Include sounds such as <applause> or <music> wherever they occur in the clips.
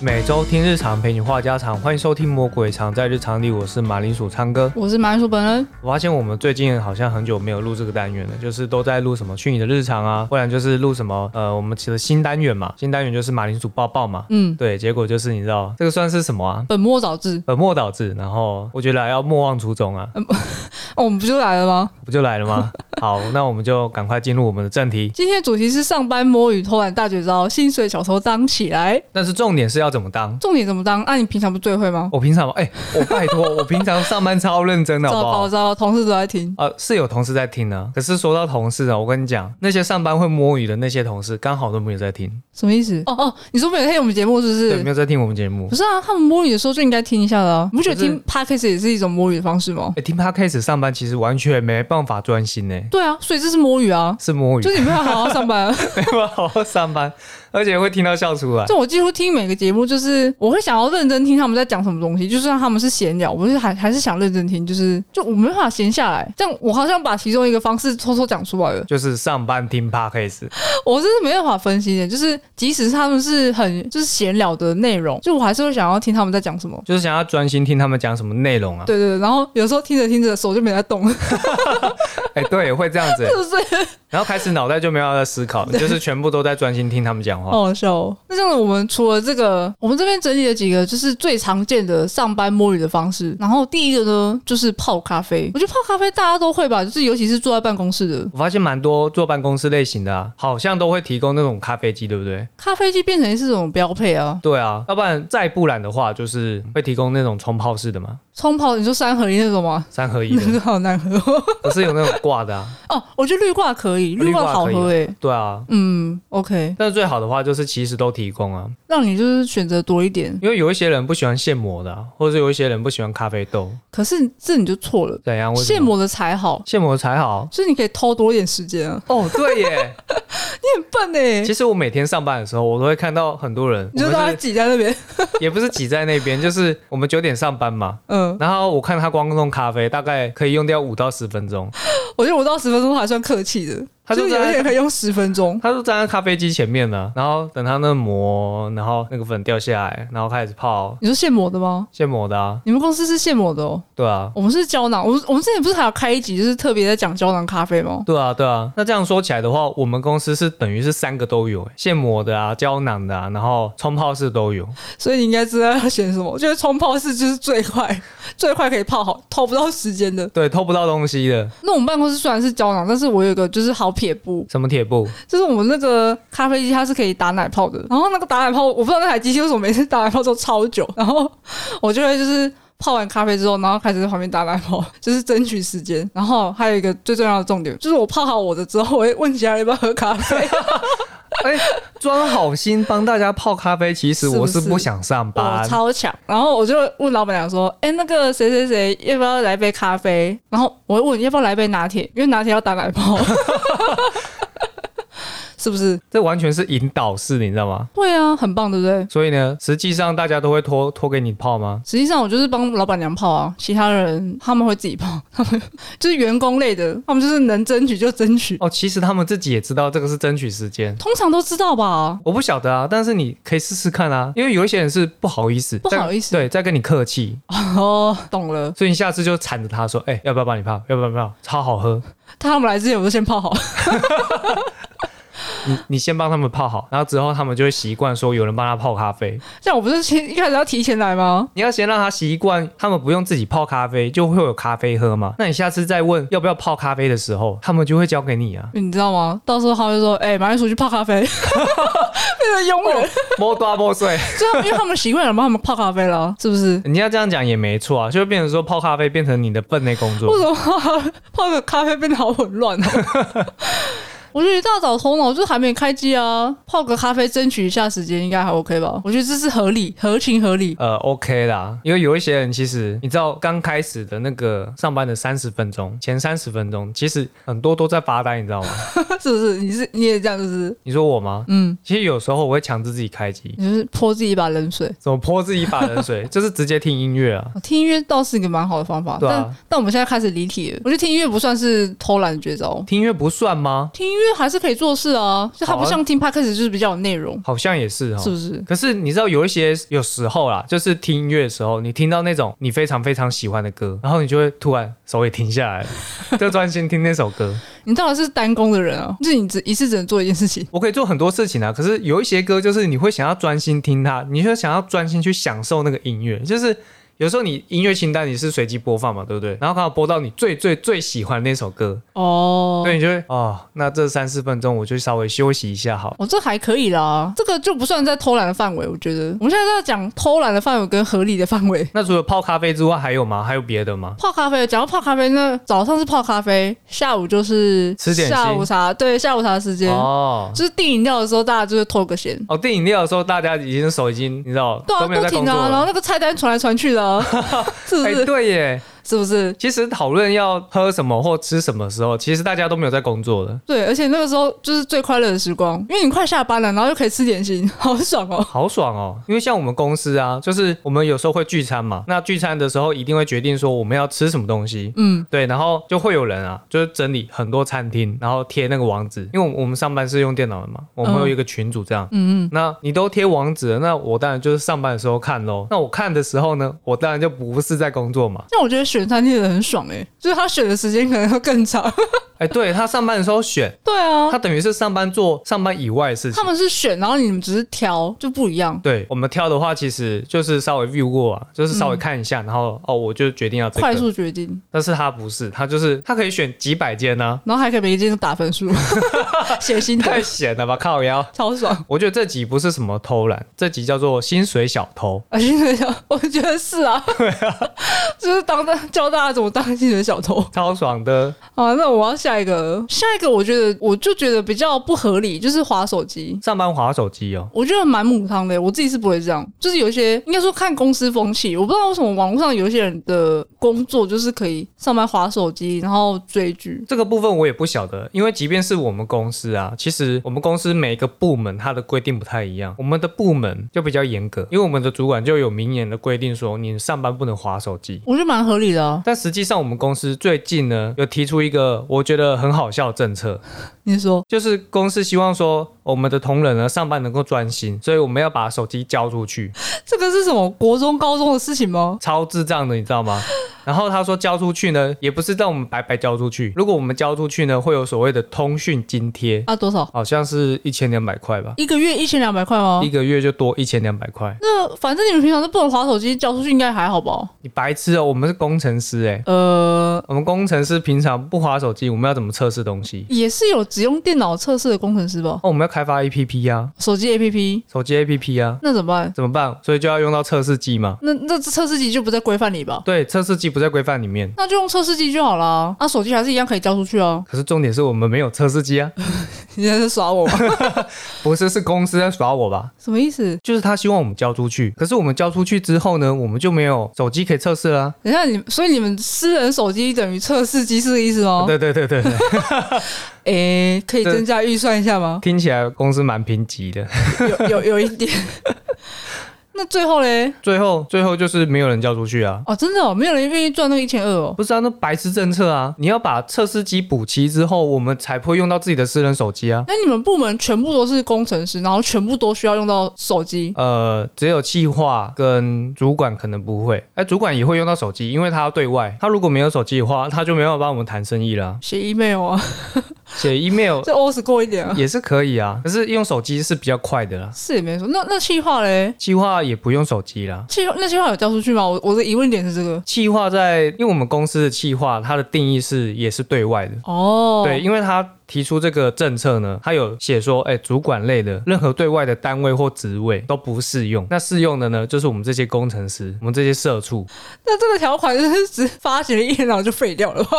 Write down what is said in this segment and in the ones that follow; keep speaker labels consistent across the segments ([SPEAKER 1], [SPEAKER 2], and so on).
[SPEAKER 1] 每周听日常，陪你话家常，欢迎收听《魔鬼藏在日常里》，我是马铃薯昌哥。
[SPEAKER 2] 我是马铃薯本人，
[SPEAKER 1] 我发现我们最近好像很久没有录这个单元了，就是都在录什么去你的日常啊，不然就是录什么呃，我们其实新单元嘛，新单元就是马铃薯抱抱嘛。
[SPEAKER 2] 嗯，
[SPEAKER 1] 对，结果就是你知道这个算是什么啊？
[SPEAKER 2] 本末倒置。
[SPEAKER 1] 本末倒置，然后我觉得要莫忘初衷啊，
[SPEAKER 2] 哦，我们不就来了吗？
[SPEAKER 1] 不就来了吗？好，那我们就赶快进入我们的正题。
[SPEAKER 2] 今天的主题是上班摸鱼偷懒大绝招，薪水小偷当起来。
[SPEAKER 1] 但是重点是要怎么当？
[SPEAKER 2] 重点怎么当？啊，你平常不最会吗？
[SPEAKER 1] 我平常哎、我拜托，我平常上班超认真的，好
[SPEAKER 2] <laughs> 糟
[SPEAKER 1] 不好
[SPEAKER 2] 糕？糟糕，同事都在听。
[SPEAKER 1] 呃，是有同事在听呢。可是说到同事啊，我跟你讲，那些上班会摸鱼的那些同事，刚好都没有在听，
[SPEAKER 2] 什么意思？哦哦，你说没有听我们节目是不
[SPEAKER 1] 对，没
[SPEAKER 2] 是？
[SPEAKER 1] 有在听我们节目
[SPEAKER 2] 不。是啊，他们摸鱼的时候就应该听一下的啊。你不觉得
[SPEAKER 1] 就是
[SPEAKER 2] 听 podcast 也是一种摸鱼的方式吗？
[SPEAKER 1] 哎、听 podcast 上班其实完全没办法专心呢、
[SPEAKER 2] 对啊，所以这是摸鱼啊，
[SPEAKER 1] 是摸鱼 <laughs>
[SPEAKER 2] 就，是你没有好好上班啊。
[SPEAKER 1] 没办法好好上班，而且会听到笑出来。
[SPEAKER 2] 就我几乎听每个节目，就是我会想要认真听他们在讲什么东西，就算他们是闲聊，我是还还是想认真听，就是就我没办法闲下来。但我好像把其中一个方式偷偷讲出来了，
[SPEAKER 1] 就是上班听 podcast，
[SPEAKER 2] 我真是没办法分析的。就是即使他们是很就是闲聊的内容，就我还是会想要听他们在讲什么。
[SPEAKER 1] 就是想要专心听他们讲什么内容啊。
[SPEAKER 2] 对对对，然后有时候听着听着手就没在动了，是
[SPEAKER 1] 哎、对，会这样子、
[SPEAKER 2] 不 <laughs> 是？
[SPEAKER 1] 然后开始脑袋就没有在思
[SPEAKER 2] <laughs>
[SPEAKER 1] 考，就是全部都在专心听他们讲话。
[SPEAKER 2] <laughs> 好好笑哦。那这样子，我们除了这个，我们这边整理了几个就是最常见的上班摸鱼的方式。然后第一个呢，就是泡咖啡。我觉得泡咖啡大家都会吧，就是尤其是坐在办公室的，
[SPEAKER 1] 我发现蛮多做办公室类型的啊，好像都会提供那种咖啡机，对不对？
[SPEAKER 2] 咖啡机变成是这种标配啊。
[SPEAKER 1] 对啊，要不然再不然的话，就是会提供那种冲泡式的
[SPEAKER 2] <laughs>
[SPEAKER 1] 嘛，
[SPEAKER 2] 冲泡，你说三合一那种吗？
[SPEAKER 1] 三合一
[SPEAKER 2] 那
[SPEAKER 1] 的，
[SPEAKER 2] 个好难喝哦
[SPEAKER 1] 不是有那种挂的啊？
[SPEAKER 2] <laughs> 哦。我觉得绿挂可以，
[SPEAKER 1] 绿
[SPEAKER 2] 绿
[SPEAKER 1] 挂
[SPEAKER 2] 挂好
[SPEAKER 1] 可以
[SPEAKER 2] 喝诶、
[SPEAKER 1] 对啊，
[SPEAKER 2] 嗯，OK，
[SPEAKER 1] 但是最好的话就是其实都提供啊，
[SPEAKER 2] 让你就是选择多一点。
[SPEAKER 1] 因为有一些人不喜欢现磨的啊、或者是有一些人不喜欢咖啡豆，
[SPEAKER 2] 可是这你就错了，
[SPEAKER 1] 怎啊样？为什么
[SPEAKER 2] 现磨的才好，
[SPEAKER 1] 现磨才好。
[SPEAKER 2] 就是你可以偷多一点时间啊。
[SPEAKER 1] 哦，对耶！
[SPEAKER 2] 你很笨
[SPEAKER 1] <laughs>
[SPEAKER 2] 诶、
[SPEAKER 1] 其实我每天上班的时候，我都会看到很多人，
[SPEAKER 2] 你就
[SPEAKER 1] 我
[SPEAKER 2] 让
[SPEAKER 1] 们
[SPEAKER 2] 他
[SPEAKER 1] 是
[SPEAKER 2] 挤在那边。
[SPEAKER 1] 也不是挤在那边，就是我们九点上班嘛，
[SPEAKER 2] 嗯，
[SPEAKER 1] 然后我看他光弄咖啡，大概可以用掉五到十分钟，
[SPEAKER 2] 我觉得我到十分钟还算客气的，
[SPEAKER 1] 他就
[SPEAKER 2] 就是
[SPEAKER 1] 在
[SPEAKER 2] 有点可以用十分钟。
[SPEAKER 1] 他就站在咖啡机前面呢，然后等他那磨，然后那个粉掉下来，然后开始泡
[SPEAKER 2] 你说现磨的吗？
[SPEAKER 1] 现磨的啊，
[SPEAKER 2] 你们公司是现磨的哦，
[SPEAKER 1] 对啊，
[SPEAKER 2] 我们是胶囊。我们我们之前不是还有开一集，就是特别在讲胶囊咖啡吗？
[SPEAKER 1] 对啊，对啊。那这样说起来的话，我们公司是等于是三个都有，欸现磨的啊，胶囊的啊，然后冲泡式都有。
[SPEAKER 2] 所以你应该知道要选什么。我觉得冲泡式就是最快，最快可以泡好，偷不到时间的。
[SPEAKER 1] 对，偷不到东西的，
[SPEAKER 2] 那我们办公室虽然是胶囊，但是我有一个就是好撇步，
[SPEAKER 1] 什么铁布，
[SPEAKER 2] 就是我们那个咖啡机它是可以打奶泡的。然后那个打奶泡，我不知道那台机器为什么每次打奶泡都超久，然后我就会就是。泡完咖啡之后，然后开始在旁边打奶泡，就是争取时间。然后还有一个最重要的重点，就是我泡好我的之后，我会问其他人要不要喝咖啡。
[SPEAKER 1] <laughs> 哎、装好心帮大家泡咖啡，其实
[SPEAKER 2] 是不
[SPEAKER 1] 我是哦
[SPEAKER 2] 是
[SPEAKER 1] 不想上
[SPEAKER 2] 我
[SPEAKER 1] 班。
[SPEAKER 2] 哦超强。然后我就问老板娘说：“哎、那个谁谁谁要不要来杯咖啡？”然后我会问要不要来杯拿铁，因为拿铁要打奶泡， <laughs> 是不是？
[SPEAKER 1] 这完全是引导式，你知道吗？
[SPEAKER 2] 对啊，很棒，对不对？
[SPEAKER 1] 所以呢，实际上大家都会拖拖给你泡吗？
[SPEAKER 2] 实际上，我就是帮老板娘泡啊，其他人他们会自己泡， <laughs> 他们就是员工类的，他们就是能争取就争取，
[SPEAKER 1] 哦，其实他们自己也知道这个是争取时间。
[SPEAKER 2] 通常都知道吧？
[SPEAKER 1] 我不晓得啊，但是你可以试试看啊，因为有一些人是不好意思，
[SPEAKER 2] 不好意思
[SPEAKER 1] 在对，在跟你客气，
[SPEAKER 2] 哦，懂了。
[SPEAKER 1] 所以你下次就缠着他说，哎、要不要帮你泡？要不要帮你泡？超好喝，
[SPEAKER 2] 他们来之前我就先泡好，
[SPEAKER 1] 你你先帮他们泡好，然后之后他们就会习惯说有人帮他泡咖啡。
[SPEAKER 2] 像我不是先一开始要提前来吗？。
[SPEAKER 1] 你要先让他习惯，他们不用自己泡咖啡，就会有咖啡喝嘛。那你下次再问要不要泡咖啡的时候，他们就会交给你啊
[SPEAKER 2] 你知道吗？到时候他们就说：“哎、马上出去泡咖啡， <laughs> 变成佣人。”
[SPEAKER 1] 摸多摸碎，
[SPEAKER 2] 就他们啊因为他们习惯了帮他们泡咖啡了，是不是？
[SPEAKER 1] <laughs> 你要这样讲也没错啊，就会变成说泡咖啡变成你的分内工作
[SPEAKER 2] 为。什么泡泡个咖啡变得好混乱哦？
[SPEAKER 1] <laughs>
[SPEAKER 2] 我觉得一大早头脑就还没开机啊，泡个咖啡争取一下时间应该还 OK 吧？我觉得这是合理、合情合理。
[SPEAKER 1] 呃，OK 啦，因为有一些人其实你知道，刚开始的那个上班的三十分钟，前三十分钟，其实很多都在发呆，你知道吗？
[SPEAKER 2] 是不是？你是你也这样，是不是？
[SPEAKER 1] 你说我吗？
[SPEAKER 2] 嗯，
[SPEAKER 1] 其实有时候我会强制自己开机，
[SPEAKER 2] 你就是泼自己一把冷水。
[SPEAKER 1] 怎么泼自己一把冷水，就是直接听音乐啊。
[SPEAKER 2] 哦听音乐倒是一个蛮好的方法，
[SPEAKER 1] 对啊
[SPEAKER 2] 但但我们现在开始离题了。我觉得听音乐不算是偷懒的绝招，
[SPEAKER 1] 听音乐不算吗？
[SPEAKER 2] 听音为还是可以做事啊，就它
[SPEAKER 1] 好
[SPEAKER 2] 不
[SPEAKER 1] 啊
[SPEAKER 2] 像听 podcast 就是比较有内容，
[SPEAKER 1] 好像也是哈、哦
[SPEAKER 2] 是不是？
[SPEAKER 1] 可是你知道有一些有时候啦，就是听音乐的时候，你听到那种你非常非常喜欢的歌，然后你就会突然手也停下来了，就专心听那首歌。
[SPEAKER 2] 你到底是单工的人啊，就是你只一次只能做一件事情。
[SPEAKER 1] 我可以做很多事情啊，可是有一些歌就是你会想要专心听它，你就想要专心去享受那个音乐，就是。有时候你音乐清单你是随机播放嘛，对不对？然后刚好播到你最最最喜欢的那首歌，
[SPEAKER 2] 哦，
[SPEAKER 1] 所以你就会哦，那这三四分钟我就稍微休息一下好了。
[SPEAKER 2] 哦，这还可以啦，这个就不算在偷懒的范围，我觉得。我们现在在讲偷懒的范围跟合理的范围。
[SPEAKER 1] 那除了泡咖啡之外，还有吗？还有别的吗？
[SPEAKER 2] 泡咖啡，讲到泡咖啡，那早上是泡咖啡，下午就是
[SPEAKER 1] 吃点心
[SPEAKER 2] 下午茶，对，下午茶时间，
[SPEAKER 1] 哦
[SPEAKER 2] 就是订饮料的时候，大家就是偷个闲。
[SPEAKER 1] 哦，订饮料的时候，大家已经手已经你知道
[SPEAKER 2] 对啊，
[SPEAKER 1] 都没有在
[SPEAKER 2] 停
[SPEAKER 1] 工作
[SPEAKER 2] 啊，然后
[SPEAKER 1] 了。
[SPEAKER 2] 那个菜单传来传去的、
[SPEAKER 1] <laughs>
[SPEAKER 2] 啊，是不
[SPEAKER 1] 哎、
[SPEAKER 2] 是？
[SPEAKER 1] 对耶！
[SPEAKER 2] 是不是？
[SPEAKER 1] 其实讨论要喝什么或吃什么的时候，其实大家都没有在工作的，
[SPEAKER 2] 对，而且那个时候就是最快乐的时光，因为你快下班了，然后又可以吃点心，好爽哦。
[SPEAKER 1] 好爽哦！因为像我们公司啊，就是我们有时候会聚餐嘛，那聚餐的时候一定会决定说我们要吃什么东西，
[SPEAKER 2] 嗯，
[SPEAKER 1] 对，然后就会有人啊，就是整理很多餐厅，然后贴那个网址，因为我们上班是用电脑的嘛，我们
[SPEAKER 2] 嗯
[SPEAKER 1] 会有一个群组这样。嗯嗯。那你都贴网址了，那我当然就是上班的时候看喽。那我看的时候呢，我当然就不是在工作嘛。
[SPEAKER 2] 但我觉得选餐厅的人很爽哎、就是他选的时间可能会更长。 <laughs>
[SPEAKER 1] 哎，对他上班的时候选，
[SPEAKER 2] 对啊，
[SPEAKER 1] 他等于是上班做上班以外的事 <laughs>
[SPEAKER 2] 他
[SPEAKER 1] 情。
[SPEAKER 2] 们是选，然后你们只是挑，就不一样。
[SPEAKER 1] 对我们挑的话，其实就是稍微 view 过啊，就是稍微看一下，然后哦，我就决定要这
[SPEAKER 2] 快
[SPEAKER 1] 个。
[SPEAKER 2] 速决定，
[SPEAKER 1] 但是他不是，他就是他可以选几百间
[SPEAKER 2] <laughs>
[SPEAKER 1] 呢、
[SPEAKER 2] 然后还可以每一件都打分数，写心
[SPEAKER 1] 太
[SPEAKER 2] 得，
[SPEAKER 1] 闲了吧，靠腰。
[SPEAKER 2] 超爽。
[SPEAKER 1] 我觉得这集不是什么偷懒，这集叫做薪水小偷。
[SPEAKER 2] 啊，薪水小，我觉得是啊， <laughs> 就是当大教大家怎么当薪水小偷。
[SPEAKER 1] 超爽的，
[SPEAKER 2] 好，那我要下一个，下一个我觉得我就觉得比较不合理，就是划手机。
[SPEAKER 1] 上班划手机哦。
[SPEAKER 2] 我觉得蛮母汤的，我自己是不会这样。就是有一些应该说看公司风气，我不知道为什么网络上有一些人的工作就是可以上班划手机，然后追剧。
[SPEAKER 1] 这个部分我也不晓得，因为即便是我们公司啊，其实我们公司每个部门它的规定不太一样。我们的部门就比较严格，因为我们的主管就有明言的规定说，你上班不能划手机。
[SPEAKER 2] 我觉得蛮合理的、啊。
[SPEAKER 1] 但实际上，我们公司最近呢有提出一个我觉得很好笑的政策，
[SPEAKER 2] 你说
[SPEAKER 1] 就是公司希望说我们的同仁呢上班能够专心，所以我们要把手机交出去。
[SPEAKER 2] 这个是什么国中、高中的事情吗？
[SPEAKER 1] 超智障的，你知道吗？ <laughs> 然后他说交出去呢，也不是让我们白白交出去。如果我们交出去呢，会有所谓的通讯津贴，
[SPEAKER 2] 啊，多少？
[SPEAKER 1] 好像是一千两百块吧，
[SPEAKER 2] 一个月一千两百块吗
[SPEAKER 1] 一？个月就多一千两百块。
[SPEAKER 2] 那反正你们平常都不能划手机，交出去应该还好吧？
[SPEAKER 1] 你白痴哦，我们是工程师哎、
[SPEAKER 2] 呃，
[SPEAKER 1] 我们工程师平常不划手机，我们要怎么测试东西？
[SPEAKER 2] 也是有只用电脑测试的工程师吧？
[SPEAKER 1] 哦，我们要开发 APP 呀、
[SPEAKER 2] 手机 APP
[SPEAKER 1] 啊手机 APP 呀、
[SPEAKER 2] 那怎么办？
[SPEAKER 1] 啊怎么办？所以就要用到测试机嘛。
[SPEAKER 2] 那那这测试机就不在规范里吧？
[SPEAKER 1] 对，测试机不在规范里面。
[SPEAKER 2] 那就用测试机就好啦。那、啊手机还是一样可以交出去啊。
[SPEAKER 1] 可是重点是我们没有测试机啊， <laughs>
[SPEAKER 2] 你在这耍我吗？
[SPEAKER 1] 不是是公司在耍我吧？
[SPEAKER 2] <laughs> 什么意思？
[SPEAKER 1] 就是他希望我们交出去，可是我们交出去之后呢，我们就没有手机可以测试啊啦、
[SPEAKER 2] 等一下你，所以你们私人手机等于测试机是这个意思吗？
[SPEAKER 1] 对对对对对，
[SPEAKER 2] 诶、可以
[SPEAKER 1] 对
[SPEAKER 2] 增加预算一下吗？
[SPEAKER 1] 听起来公司蛮贫瘠的。
[SPEAKER 2] 有有有一点。 <laughs> 那最后嘞？
[SPEAKER 1] 最后最后就是没有人交出去啊，
[SPEAKER 2] 哦，真的哦，没有人愿意赚那个一千二哦。
[SPEAKER 1] 不是啊，那白痴政策啊！你要把测试机补齐之后，我们才不会用到自己的私人手机啊。
[SPEAKER 2] 那你们部门全部都是工程师，然后全部都需要用到手机，
[SPEAKER 1] 呃，只有企划跟主管可能不会，哎，主管也会用到手机，因为他要对外，他如果没有手机的话，他就没办法帮我们谈生意啦。
[SPEAKER 2] 写 email 啊，
[SPEAKER 1] 写 email
[SPEAKER 2] 这 old school 一
[SPEAKER 1] <laughs>
[SPEAKER 2] 点 <laughs> 啊，
[SPEAKER 1] 也是可以啊，可是用手机是比较快的啦，
[SPEAKER 2] 是也没错。那那气话嘞？
[SPEAKER 1] 企划也不用手机啦。
[SPEAKER 2] 气那气话有交出去吗？我我的疑问点是这个。
[SPEAKER 1] 企划在，因为我们公司的企划，它的定义是也是对外的。
[SPEAKER 2] 哦，
[SPEAKER 1] 对，，因为他提出这个政策呢，他有写说，哎，主管类的任何对外的单位或职位都不适用。那适用的呢，就是我们这些工程师，我们这些社畜。
[SPEAKER 2] 那这个条款就是只发行了一天，然后就废掉了吧？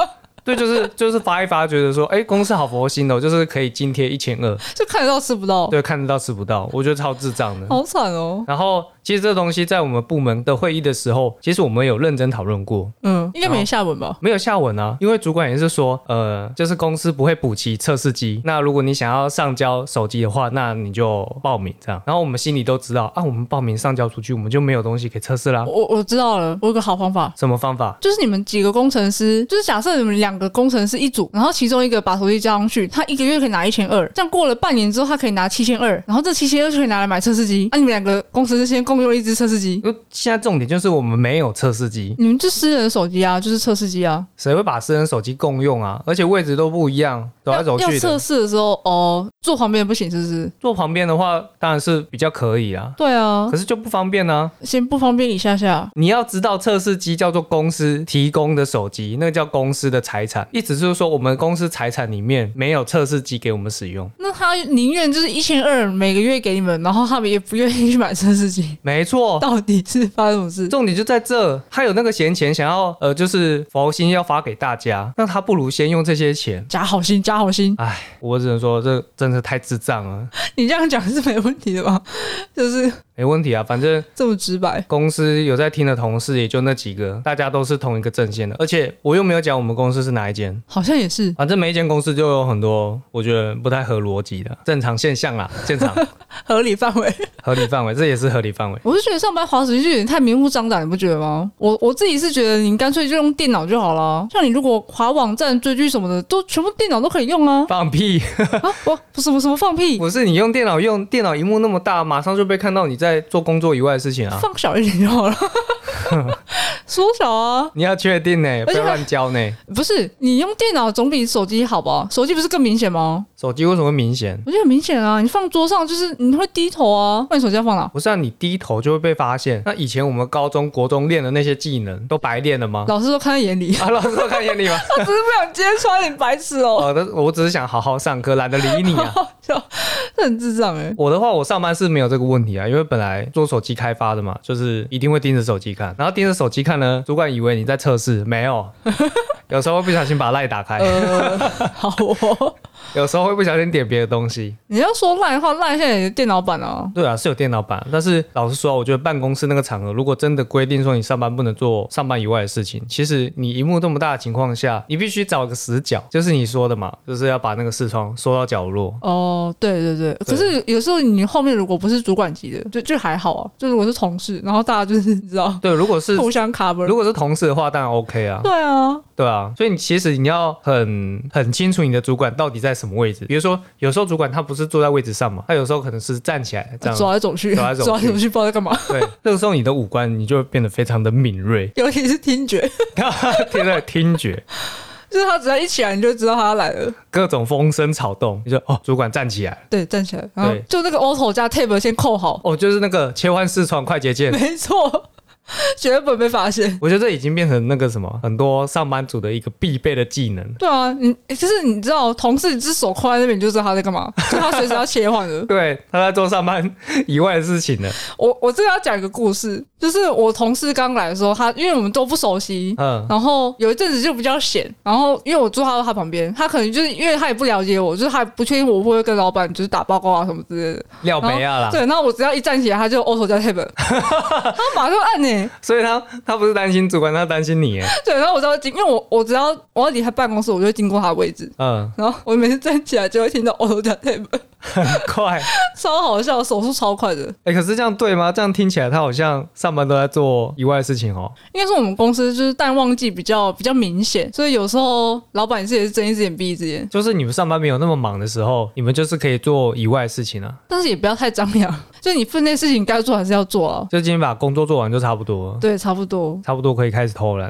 [SPEAKER 1] 对，就是 <laughs> 就是发一发，觉得说，哎，公司好佛心哦，就是可以津贴一千二，
[SPEAKER 2] <laughs> 哦就看得到吃不到，
[SPEAKER 1] 对，看得到吃不到，我觉得超智障的。
[SPEAKER 2] 好惨哦。
[SPEAKER 1] 然后其实这东西在我们部门的会议的时候，其实我们有认真讨论过，
[SPEAKER 2] 嗯，应该没下文吧？
[SPEAKER 1] 没有下文啊，因为主管也是说，呃，就是公司不会补齐测试机，那如果你想要上交手机的话，那你就报名这样。然后我们心里都知道啊，我们报名上交出去，我们就没有东西可以测试啦。
[SPEAKER 2] 我我知道了，我有个好方法，
[SPEAKER 1] 什么方法？
[SPEAKER 2] 就是你们几个工程师，就是假设你们两个工程师一组，然后其中一个把手机加上去，他一个月可以拿一千二，这样过了半年之后，他可以拿七千二，然后这七千二就可以拿来买测试机。啊那、你们两个工程师先共用一只测试机，
[SPEAKER 1] 因为现在重点就是我们没有测试机，
[SPEAKER 2] 你们就私人的手机啊，就是测试机啊。
[SPEAKER 1] 谁会把私人手机共用啊？而且位置都不一样，走来
[SPEAKER 2] 要
[SPEAKER 1] 走
[SPEAKER 2] 要
[SPEAKER 1] 去
[SPEAKER 2] 测
[SPEAKER 1] 的。
[SPEAKER 2] 试的时候，哦，坐旁边不行是不是？
[SPEAKER 1] 坐旁边的话，当然是比较可以啊，
[SPEAKER 2] 对啊
[SPEAKER 1] 可，是就不方便啊。
[SPEAKER 2] 先不方便一下下。
[SPEAKER 1] 你要知道，测试机叫做公司提供的手机，那个叫公司的财产，意思就是说我们公司财产里面没有测试机给我们使用。
[SPEAKER 2] 那他宁愿就是一千二每个月给你们，然后他们也不愿意去买测试机，
[SPEAKER 1] 没错，
[SPEAKER 2] 到底是发生什么事？
[SPEAKER 1] 重点就在这，他有那个闲钱想要呃，就是佛心要发给大家，那他不如先用这些钱。
[SPEAKER 2] 假好心，假好心，
[SPEAKER 1] 唉，我只能说这真的太智障了。
[SPEAKER 2] 你这样讲是没问题的吧？就是
[SPEAKER 1] 没问题啊，反正
[SPEAKER 2] 这么直白。
[SPEAKER 1] 公司有在听的同事也就那几个，大家都是同一个阵线的，而且我又没有讲我们公司是哪一间，
[SPEAKER 2] 好像也是，
[SPEAKER 1] 反正每一间公司就有很多我觉得不太合逻辑的正常现象 <laughs> 啦，现场
[SPEAKER 2] 合理范围。
[SPEAKER 1] 合理范围，这也是合理范围。。
[SPEAKER 2] <laughs> 我是觉得上班滑手机就有点太明目张胆，你不觉得吗？我我自己是觉得你干脆就用电脑就好了。像你如果滑网站、追剧什么的，都全部电脑都可以用啊
[SPEAKER 1] 放屁！
[SPEAKER 2] 啊，我不什么什么放屁，
[SPEAKER 1] 不是你用电脑用电脑荧幕那么大，马上就被看到你在做工作以外的事情啊！
[SPEAKER 2] 放小一点就好了， <laughs> 缩小啊。
[SPEAKER 1] 你要确定呢、不
[SPEAKER 2] 而且
[SPEAKER 1] 要
[SPEAKER 2] 还
[SPEAKER 1] 乱教呢、
[SPEAKER 2] 不是你用电脑总比手机好吧？手机不是更明显吗？
[SPEAKER 1] 手机为什么会明显？
[SPEAKER 2] 我觉得很明显啊，你放桌上就是你会低头啊，那你手机要放哪？
[SPEAKER 1] 不是啊，你低头就会被发现。那以前我们高中、国中练的那些技能都白练了吗？
[SPEAKER 2] 老师都看在眼里， <laughs>
[SPEAKER 1] 啊，老师都看眼里 <laughs> 吗？
[SPEAKER 2] 他只是不想揭穿你白痴哦、 <laughs>
[SPEAKER 1] 哦，但是我只是想好好上课，懒得理你啊。
[SPEAKER 2] 这很智障哎、
[SPEAKER 1] 我的话，我上班是没有这个问题啊，因为本来做手机开发的嘛，就是一定会盯着手机看，然后盯着手机看呢，主管以为你在测试，没有，有时候会不小心把赖打开，
[SPEAKER 2] 呃，好哦。 <laughs>
[SPEAKER 1] 有时候会不小心点别的东西。
[SPEAKER 2] 你要说烂的话，烂现在也是电脑版啊。
[SPEAKER 1] 对啊，是有电脑版，但是老实说，我觉得办公室那个场合，如果真的规定说你上班不能做上班以外的事情，其实你荧幕这么大的情况下，你必须找个死角，就是你说的嘛，就是要把那个视窗缩到角落。
[SPEAKER 2] 哦，对对对，可是有时候你后面如果不是主管级的，就就还好啊。就如果是同事，然后大家就是你知道
[SPEAKER 1] 对，如果是
[SPEAKER 2] 互相 cover。
[SPEAKER 1] 如果是同事的话，当然 OK 啊。
[SPEAKER 2] 对啊，
[SPEAKER 1] 对啊，所以你其实你要很很清楚你的主管到底在什么位置。比如说，有时候主管他不是坐在位置上嘛，他有时候可能是站起来这样。
[SPEAKER 2] 走来走去，
[SPEAKER 1] 走来走去
[SPEAKER 2] 走去，不知道在干嘛。 <laughs>
[SPEAKER 1] 对，这个时候你的五官你就会变得非常的敏锐，
[SPEAKER 2] 尤其是听觉，
[SPEAKER 1] 听了听觉，
[SPEAKER 2] 就是他只要一起来，你就知道他来了。
[SPEAKER 1] 各种风声草动，你就哦，主管站起来，
[SPEAKER 2] 对，站起来，然后
[SPEAKER 1] 对
[SPEAKER 2] 就那个 auto 加 tab 先扣好，
[SPEAKER 1] 哦，就是那个切换视窗快捷键。
[SPEAKER 2] 没错， <laughs> 绝对不会被发现。
[SPEAKER 1] 我觉得这已经变成那个什么，很多上班族的一个必备的技能。
[SPEAKER 2] 对啊，你就是你知道，同事只手扣在那边，你就知道他在干嘛，就他随时要切换的。
[SPEAKER 1] 对，他在做上班以外的事情呢。
[SPEAKER 2] 我我这个要讲一个故事，就是我同事刚来的时候，他因为我们都不熟悉。
[SPEAKER 1] 嗯，
[SPEAKER 2] 然后有一阵子就比较闲，然后因为我坐他他旁边，他可能就是因为他也不了解我，就是他也不确定我会不会跟老板就是打报告啊什么之类的。
[SPEAKER 1] 廖梅亚哦啊啦，
[SPEAKER 2] 对，然后我只要一站起来，他就哦 auto 加 tab，他
[SPEAKER 1] <laughs>
[SPEAKER 2] 马上按呢、
[SPEAKER 1] 所以他他不是担心主管，他担心你耶。
[SPEAKER 2] 对，然后我只要经，因为我我只要我要离开办公室，我就会经过他的位置。
[SPEAKER 1] 嗯，
[SPEAKER 2] 然后我每次站起来就会听到哦 auto 加 tab，
[SPEAKER 1] 很快。
[SPEAKER 2] 超好笑，手速超快的。
[SPEAKER 1] 哎、可是这样对吗？这样听起来他好像上班都在做以外的事情哦。
[SPEAKER 2] 应该是我们公司就是淡旺季比较比较明显，所以有时候老板是也是睁一只眼闭一只眼，
[SPEAKER 1] 就是你们上班没有那么忙的时候，你们就是可以做以外的事情啊。
[SPEAKER 2] 但是也不要太张扬，就是你分内事情该做还是要做啊。
[SPEAKER 1] 就今天把工作做完就差不多了，
[SPEAKER 2] 对，差不多。
[SPEAKER 1] 差不多可以开始偷懒。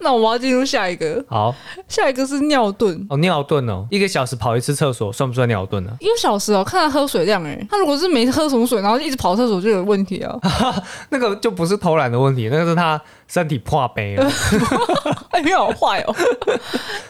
[SPEAKER 2] 那我们要进入下一个，
[SPEAKER 1] 好，
[SPEAKER 2] 下一个是尿遁，
[SPEAKER 1] 哦，尿遁哦，一个小时跑一次厕所算不算尿遁啊呢、
[SPEAKER 2] 一个小时哦，看他喝水量诶、他如果是没喝什么水，然后一直跑厕所就有问题 <laughs> 啊。
[SPEAKER 1] 那个就不是偷懒的问题，那个是他身体破杯
[SPEAKER 2] <laughs>
[SPEAKER 1] 了。
[SPEAKER 2] 哎，你好坏 <laughs> 哦，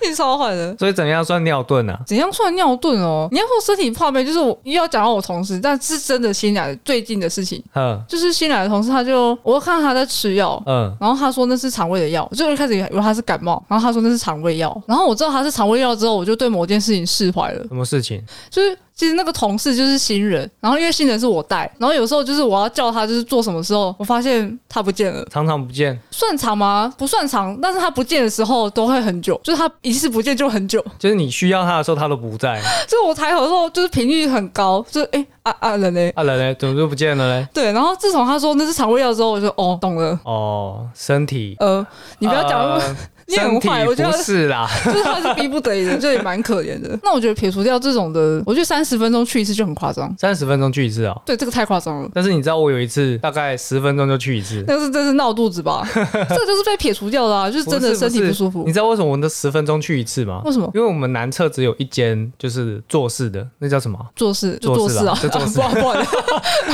[SPEAKER 2] 你超坏的。
[SPEAKER 1] 所以怎样算尿遁啊？
[SPEAKER 2] 怎样算尿遁哦？你要说身体泡杯，就是我又要讲到我同事，但是真的新来的最近的事情，
[SPEAKER 1] 嗯
[SPEAKER 2] 就是新来的同事，他就我看他在吃药，
[SPEAKER 1] 嗯，
[SPEAKER 2] 然后他说那是肠胃的药，我就一开始以为他是感冒，然后他说那是肠胃药，然后我知道他是肠胃药之后，我就对某件事情释怀了，
[SPEAKER 1] 什么事情？
[SPEAKER 2] 就是其实那个同事就是新人，然后因为新人是我带，然后有时候就是我要叫他就是做什么时候，我发现他不见了，
[SPEAKER 1] 常常不见，
[SPEAKER 2] 算长吗？不算长，但是他不见的时候都会很久，就是他一次不见就很久， <laughs>
[SPEAKER 1] 就是你需要他的时候他都不在，
[SPEAKER 2] 所以我抬头的时候就是频率很高，就是哎、啊啊人呢、
[SPEAKER 1] 啊人呢？怎么就不见了嘞？
[SPEAKER 2] 对，然后自从他说那是肠胃药之后，我就哦懂了。
[SPEAKER 1] 哦，身体，
[SPEAKER 2] 呃，你不要讲那么
[SPEAKER 1] 呃
[SPEAKER 2] <laughs> 你很
[SPEAKER 1] 身体
[SPEAKER 2] 坏我觉得
[SPEAKER 1] 不是啦，
[SPEAKER 2] 就是他是逼不得已的，就也蛮可怜的。那我觉得撇除掉这种的，我觉得三十分钟去一次就很夸张。
[SPEAKER 1] 三十分钟去一次哦。
[SPEAKER 2] 对，这个太夸张了，
[SPEAKER 1] 但是你知道我有一次大概十分钟就去一
[SPEAKER 2] <laughs>
[SPEAKER 1] 次，
[SPEAKER 2] 那是真是闹肚子吧？
[SPEAKER 1] <laughs>
[SPEAKER 2] 这个就是被撇除掉的、啊，就是真的
[SPEAKER 1] 是
[SPEAKER 2] 身体
[SPEAKER 1] 不
[SPEAKER 2] 不
[SPEAKER 1] 是
[SPEAKER 2] 舒服
[SPEAKER 1] 你。知道为什么我那十分钟去一次吗？
[SPEAKER 2] 为什么
[SPEAKER 1] 因为我们南侧只有一间就是做事的，那叫什么？啊
[SPEAKER 2] 做事就
[SPEAKER 1] 做
[SPEAKER 2] 做
[SPEAKER 1] 事
[SPEAKER 2] 事
[SPEAKER 1] 啦
[SPEAKER 2] 啊，
[SPEAKER 1] 就做事
[SPEAKER 2] <laughs> 不然不然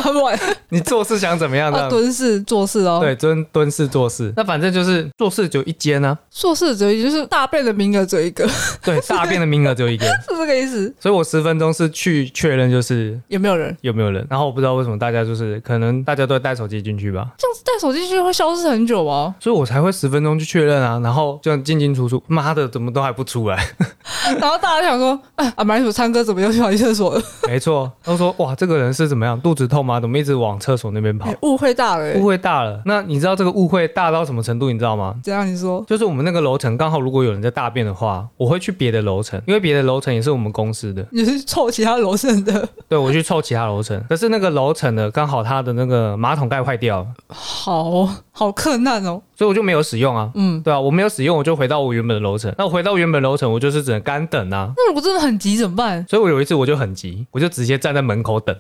[SPEAKER 2] 不然
[SPEAKER 1] <laughs> 你做事想怎么样
[SPEAKER 2] 啊，
[SPEAKER 1] 呢？
[SPEAKER 2] 蹲式做事哦。
[SPEAKER 1] 对，蹲蹲式做事，那反正就是做事只有一间呢、
[SPEAKER 2] 做事只有一个就是大便的名额只有一个，是
[SPEAKER 1] 啊，对，大便的名额只有
[SPEAKER 2] <laughs>
[SPEAKER 1] 一个，
[SPEAKER 2] 这个意思？
[SPEAKER 1] 所以我十分钟是去确认就是
[SPEAKER 2] 有没有人？
[SPEAKER 1] 有没有人，然后我不知道为什么大家就是可能大家都带手机进去吧，
[SPEAKER 2] 这样子带手机去会消失很久啊吗？
[SPEAKER 1] 所以我才会十分钟去确认啊，然后这样进进出出，妈的怎么都还不出来，
[SPEAKER 2] 然后大家想说，哎，阿马里鼠唱歌怎么又去跑去厕所了？
[SPEAKER 1] <laughs> 没错，他说哇这个人是怎么样，肚子痛吗？怎么一直往厕所那边跑
[SPEAKER 2] 哎？误会大了、
[SPEAKER 1] 误
[SPEAKER 2] 欸。
[SPEAKER 1] 会大了，那你知道这个误会大到什么程度？你知道吗？
[SPEAKER 2] 怎样？你说
[SPEAKER 1] 就是我们那个楼层刚好如果有人在大便的话，我会去别的楼层，因为别的楼层也是我们公司的，
[SPEAKER 2] 你是凑其他楼层的？
[SPEAKER 1] 对我去凑其他楼层。可是那个楼层呢，刚好它的那个马桶盖坏掉了，
[SPEAKER 2] 好好困难哦。
[SPEAKER 1] 所以我就没有使用啊。
[SPEAKER 2] 嗯，
[SPEAKER 1] 对啊，我没有使用，我就回到我原本的楼层。那我回到原本楼层，我就是只能干等啊。
[SPEAKER 2] 那如果真的很急怎么办？
[SPEAKER 1] 所以我有一次我就很急，我就直接站在门口等，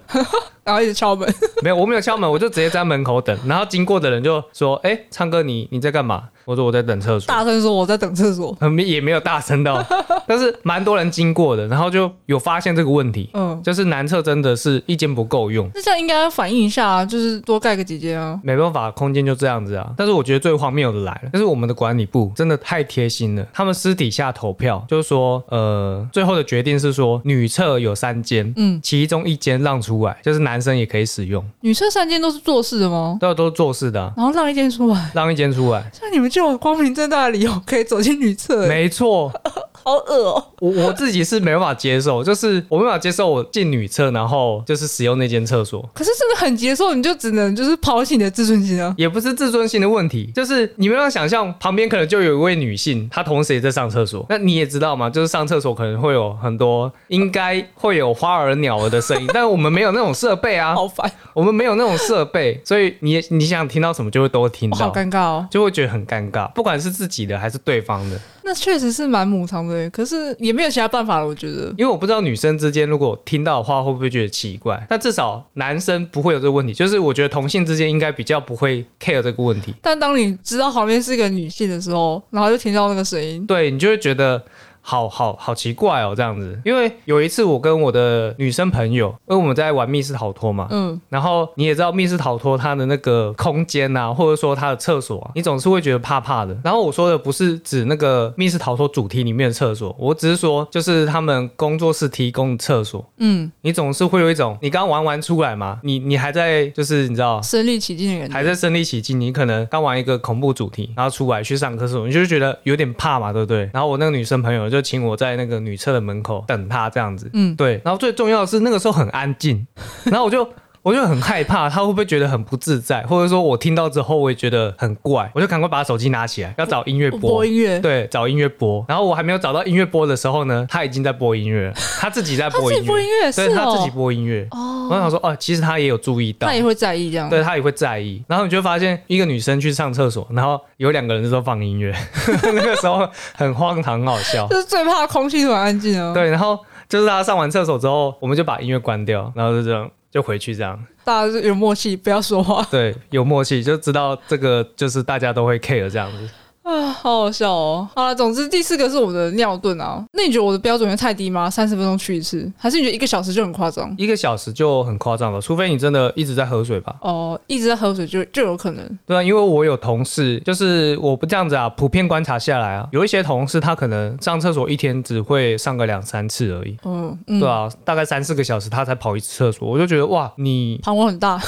[SPEAKER 2] 然后一直敲门，
[SPEAKER 1] <laughs> 没有，我没有敲门，我就直接站在门口等。然后经过的人就说：“哎、唱歌你你在干嘛？”我说：“我在等厕所。”
[SPEAKER 2] 大声说我在等厕 <laughs> 所。
[SPEAKER 1] 嗯，也没有大声到， <laughs> 但是蛮多人经过的，然后就有发现这个问题，
[SPEAKER 2] 嗯，
[SPEAKER 1] 就是男厕真的是一间不够用，
[SPEAKER 2] 那这样应该反映一下、啊，就是多盖个几间啊。
[SPEAKER 1] 没办法，空间就这样子啊。但是我觉得最荒谬的来了，就是我们的管理部真的太贴心了，他们私底下投票，就是说，呃，最后的决定是说女厕有三间，
[SPEAKER 2] 嗯，
[SPEAKER 1] 其中一间让出来，就是男生也可以使用，
[SPEAKER 2] 女厕三间都是做事的吗？
[SPEAKER 1] 都都是做事的啊、
[SPEAKER 2] 然后让一间出来，
[SPEAKER 1] 让一间出来，
[SPEAKER 2] 像你们就有光明正大的理由可以走进女厕、欸，
[SPEAKER 1] 没错，
[SPEAKER 2] 好恶哦、
[SPEAKER 1] 我我自己是没办法接受，就是我没办法接受我进女厕，然后就是使用那间厕所，
[SPEAKER 2] 可是真的很急的时候，你就只能就是抛弃你的自尊心啊。
[SPEAKER 1] 也不是自尊心的问题，就是你没办法想象旁边可能就有一位女性，她同时也在上厕所。那你也知道嘛，就是上厕所可能会有很多，应该会有花儿鸟儿的声音，但我们没有那种设备啊，
[SPEAKER 2] 好烦，
[SPEAKER 1] 我们没有那种设备，所以你你想听到什么就会都听
[SPEAKER 2] 我好
[SPEAKER 1] 到，
[SPEAKER 2] 尴尬哦。
[SPEAKER 1] 就会觉得很尴尬，不管是自己的还是对方的，
[SPEAKER 2] 那确实是蛮母汤的欸，可是也没有其他办法了，我觉得。
[SPEAKER 1] 因为我不知道女生之间如果听到的话会不会觉得奇怪，但至少男生不会有这个问题，就是我觉得同性之间应该比较不会 care 这个问题。
[SPEAKER 2] 但当你知道旁边是一个女性的时候，然后就听到那个声音，
[SPEAKER 1] 对你就会觉得好好好奇怪哦，这样子。因为有一次我跟我的女生朋友，因为我们在玩密室逃脱嘛。
[SPEAKER 2] 嗯，
[SPEAKER 1] 然后你也知道密室逃脱它的那个空间啊，或者说它的厕所啊，你总是会觉得怕怕的。然后我说的不是指那个密室逃脱主题里面的厕所，我只是说就是他们工作室提供的厕所，
[SPEAKER 2] 嗯，
[SPEAKER 1] 你总是会有一种你刚玩完出来嘛，你你还在就是你知道
[SPEAKER 2] 身临其境的感觉。
[SPEAKER 1] 还在身临其境，你可能刚玩一个恐怖主题，然后出来去上课的时候，你就觉得有点怕嘛，对不对？然后我那个女生朋友就请我在那个女厕的门口等她这样子，
[SPEAKER 2] 嗯，
[SPEAKER 1] 对。然后最重要的是那个时候很安
[SPEAKER 2] <laughs>
[SPEAKER 1] 静，然后我就。我就很害怕，她会不会觉得很不自在，或者说我听到之后，我也觉得很怪，我就赶快把手机拿起来，要找音乐
[SPEAKER 2] 我
[SPEAKER 1] 播
[SPEAKER 2] 播，音乐，
[SPEAKER 1] 对，找音乐播。然后我还没有找到音乐播的时候呢，她已经在播音乐了，她自己在
[SPEAKER 2] 他
[SPEAKER 1] 播
[SPEAKER 2] 自
[SPEAKER 1] 音
[SPEAKER 2] 己播
[SPEAKER 1] 乐，
[SPEAKER 2] 音乐是
[SPEAKER 1] 对，她自己
[SPEAKER 2] 哦，
[SPEAKER 1] 播音乐。我
[SPEAKER 2] 哦，
[SPEAKER 1] 想说，哦，其实她也有注意到，
[SPEAKER 2] 那也会在意这样。
[SPEAKER 1] 对他也会在意。然后你就会发现，一个女生去上厕所，然后有两个人都放音乐， <laughs> 那个时候很荒唐，很好笑。
[SPEAKER 2] 就是最怕空气突然安静啊，
[SPEAKER 1] 对，然后就是他上完厕所之后，我们就把音乐关掉，然后就这样就回去这样。
[SPEAKER 2] 大家就有默契，不要
[SPEAKER 1] <laughs>
[SPEAKER 2] 说话
[SPEAKER 1] 对，有默契，就知道这个就是大家都会 care 这样子。
[SPEAKER 2] 啊，好好笑哦。好了，总之第四个是我的尿遁啊。那你觉得我的标准会太低吗？三十分钟去一次，还是你觉得一个小时就很夸张？
[SPEAKER 1] 一个小时就很夸张了，除非你真的一直在喝水吧。
[SPEAKER 2] 哦，一直在喝水就就有可能。
[SPEAKER 1] 对啊，因为我有同事，就是我不这样子啊，普遍观察下来啊，有一些同事他可能上厕所一天只会上个两三次而已。
[SPEAKER 2] 嗯嗯，
[SPEAKER 1] 对啊，大概三四个小时他才跑一次厕所，我就觉得哇，你
[SPEAKER 2] 膀胱很大，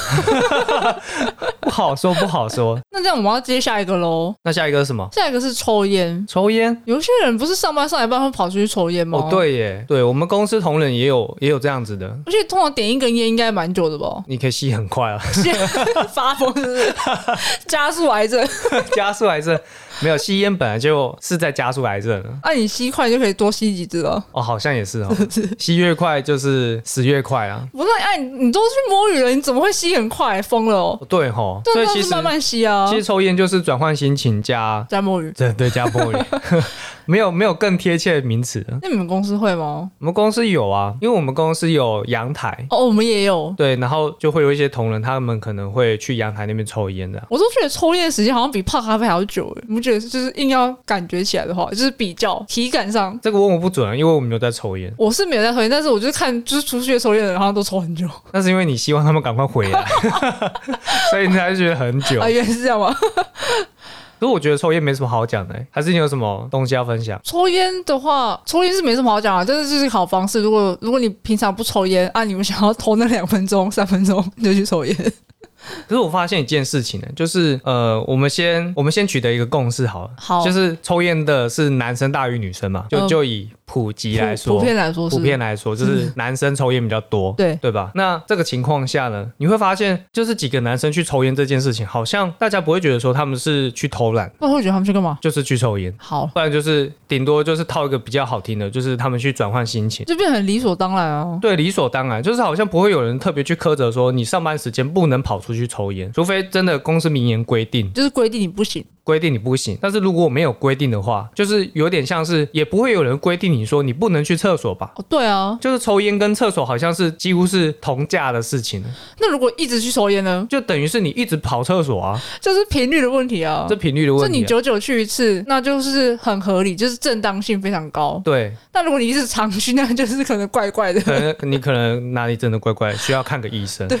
[SPEAKER 1] 不好说，不好说。
[SPEAKER 2] <laughs>
[SPEAKER 1] <laughs>
[SPEAKER 2] 那这样我们要接下一个喽，
[SPEAKER 1] 那下一个是什么？
[SPEAKER 2] 下一个是抽烟。
[SPEAKER 1] 抽烟。
[SPEAKER 2] 有些人不是上班上一半会跑出去抽烟吗？
[SPEAKER 1] 哦，。对耶，对我们公司同仁也有也有这样子的，？
[SPEAKER 2] 而且通常点一根烟应该蛮久的吧
[SPEAKER 1] 你可以吸很快啊， <laughs>
[SPEAKER 2] <laughs> 发疯是不是？加速癌症？
[SPEAKER 1] 加速癌症没有吸烟本来就是在加速癌症了。
[SPEAKER 2] 那、啊你吸快就可以多吸几支了。
[SPEAKER 1] 哦，好像也是
[SPEAKER 2] <laughs>
[SPEAKER 1] 哦，吸越快就是死越快啊。
[SPEAKER 2] 不是，哎、你你都去摸鱼了，你怎么会吸很快？疯了哦！
[SPEAKER 1] 哦对吼，
[SPEAKER 2] 对
[SPEAKER 1] 所
[SPEAKER 2] 啊，
[SPEAKER 1] 以
[SPEAKER 2] 那
[SPEAKER 1] 其
[SPEAKER 2] 是
[SPEAKER 1] 实
[SPEAKER 2] 慢慢吸啊
[SPEAKER 1] 其，实抽烟就是转换心情加
[SPEAKER 2] 在摸鱼。
[SPEAKER 1] 对对加玻璃， <laughs> 没有没有更贴切的名词了。
[SPEAKER 2] 那你们公司会吗？
[SPEAKER 1] 我们公司有啊，因为我们公司有阳台，
[SPEAKER 2] 哦，我们也有。
[SPEAKER 1] 对，然后就会有一些同仁，他们可能会去阳台那边抽烟的。
[SPEAKER 2] 我都觉得抽烟的时间好像比泡咖啡还要久欸诶，你不觉得？就是硬要感觉起来的话，就是比较体感上，
[SPEAKER 1] 这个问我不准啊，因为我没有在抽烟，
[SPEAKER 2] 我是没有在抽烟，但是我就是看，就是出去抽烟的人好像都抽很久。
[SPEAKER 1] 那是因为你希望他们赶快回来， <laughs> 所以你才会觉得很久
[SPEAKER 2] 啊，。原来是这样吗？
[SPEAKER 1] 可是我觉得抽烟没什么好讲的、欸还是你有什么东西要分享？
[SPEAKER 2] 抽烟的话，抽烟是没什么好讲啊，但是就是好方式。如果如果你平常不抽烟啊，你们想要偷那两分钟、三分钟，你就
[SPEAKER 1] <laughs>
[SPEAKER 2] 去抽烟。
[SPEAKER 1] 可是我发现一件事情呢、就是呃，我们先我们先取得一个共识好了，
[SPEAKER 2] 好
[SPEAKER 1] 就是抽烟的是男生大于女生嘛，就
[SPEAKER 2] 嗯
[SPEAKER 1] 就以普及来
[SPEAKER 2] 普
[SPEAKER 1] 说
[SPEAKER 2] 普，遍来说是嗯
[SPEAKER 1] 普遍来说，就是男生抽烟比较多，
[SPEAKER 2] 对
[SPEAKER 1] 对吧？那这个情况下呢，你会发现，就是几个男生去抽烟这件事情，好像大家不会觉得说他们是去偷懒，
[SPEAKER 2] 不然会觉得他们去干嘛？
[SPEAKER 1] 就是去抽烟，
[SPEAKER 2] 好，
[SPEAKER 1] 不然就是顶多就是套一个比较好听的，就是他们去转换心情。
[SPEAKER 2] 就变得很理所当然啊。
[SPEAKER 1] 对，理所当然，就是好像不会有人特别去苛责说你上班时间不能跑出去抽烟，除非真的公司明言规定，
[SPEAKER 2] 就是规定你不行，
[SPEAKER 1] 规定你不行。但是如果没有规定的话，就是有点像是也不会有人规定你说你不能去厕所吧。
[SPEAKER 2] 哦，对啊。
[SPEAKER 1] 就是抽烟跟厕所好像是几乎是同价的事情，
[SPEAKER 2] 那如果一直去抽烟呢？
[SPEAKER 1] 就等于是你一直跑厕所啊，
[SPEAKER 2] 就是频率的问题啊。
[SPEAKER 1] 这频率的
[SPEAKER 2] 这
[SPEAKER 1] 问题
[SPEAKER 2] 你
[SPEAKER 1] 啊、
[SPEAKER 2] 久久去一次，那就是很合理，就是正当性非常高。
[SPEAKER 1] 对，
[SPEAKER 2] 但如果你一直常去，那就是可能怪怪的。
[SPEAKER 1] 可能 <laughs> 你可能哪里真的怪怪，需要看个医生。对，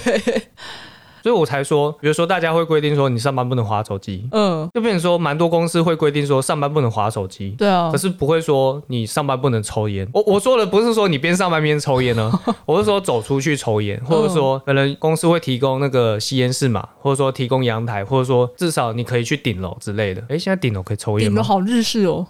[SPEAKER 1] 所以我才说，比如说大家会规定说你上班不能划手机，
[SPEAKER 2] <laughs> 嗯，
[SPEAKER 1] 就变成说蛮多公司会规定说上班不能划手机。
[SPEAKER 2] 对啊
[SPEAKER 1] 可，是不会说你上班不能抽烟。我我说的不是说你边上班边抽烟
[SPEAKER 2] <laughs>
[SPEAKER 1] 呢，我是说走出去抽烟，或者
[SPEAKER 2] 嗯
[SPEAKER 1] 说可能公司会提供那个吸烟室嘛，或者说提供阳台，或者说至少你可以去顶楼之类的。诶，现在顶楼可以抽烟
[SPEAKER 2] 顶楼
[SPEAKER 1] 吗？
[SPEAKER 2] 好日式哦，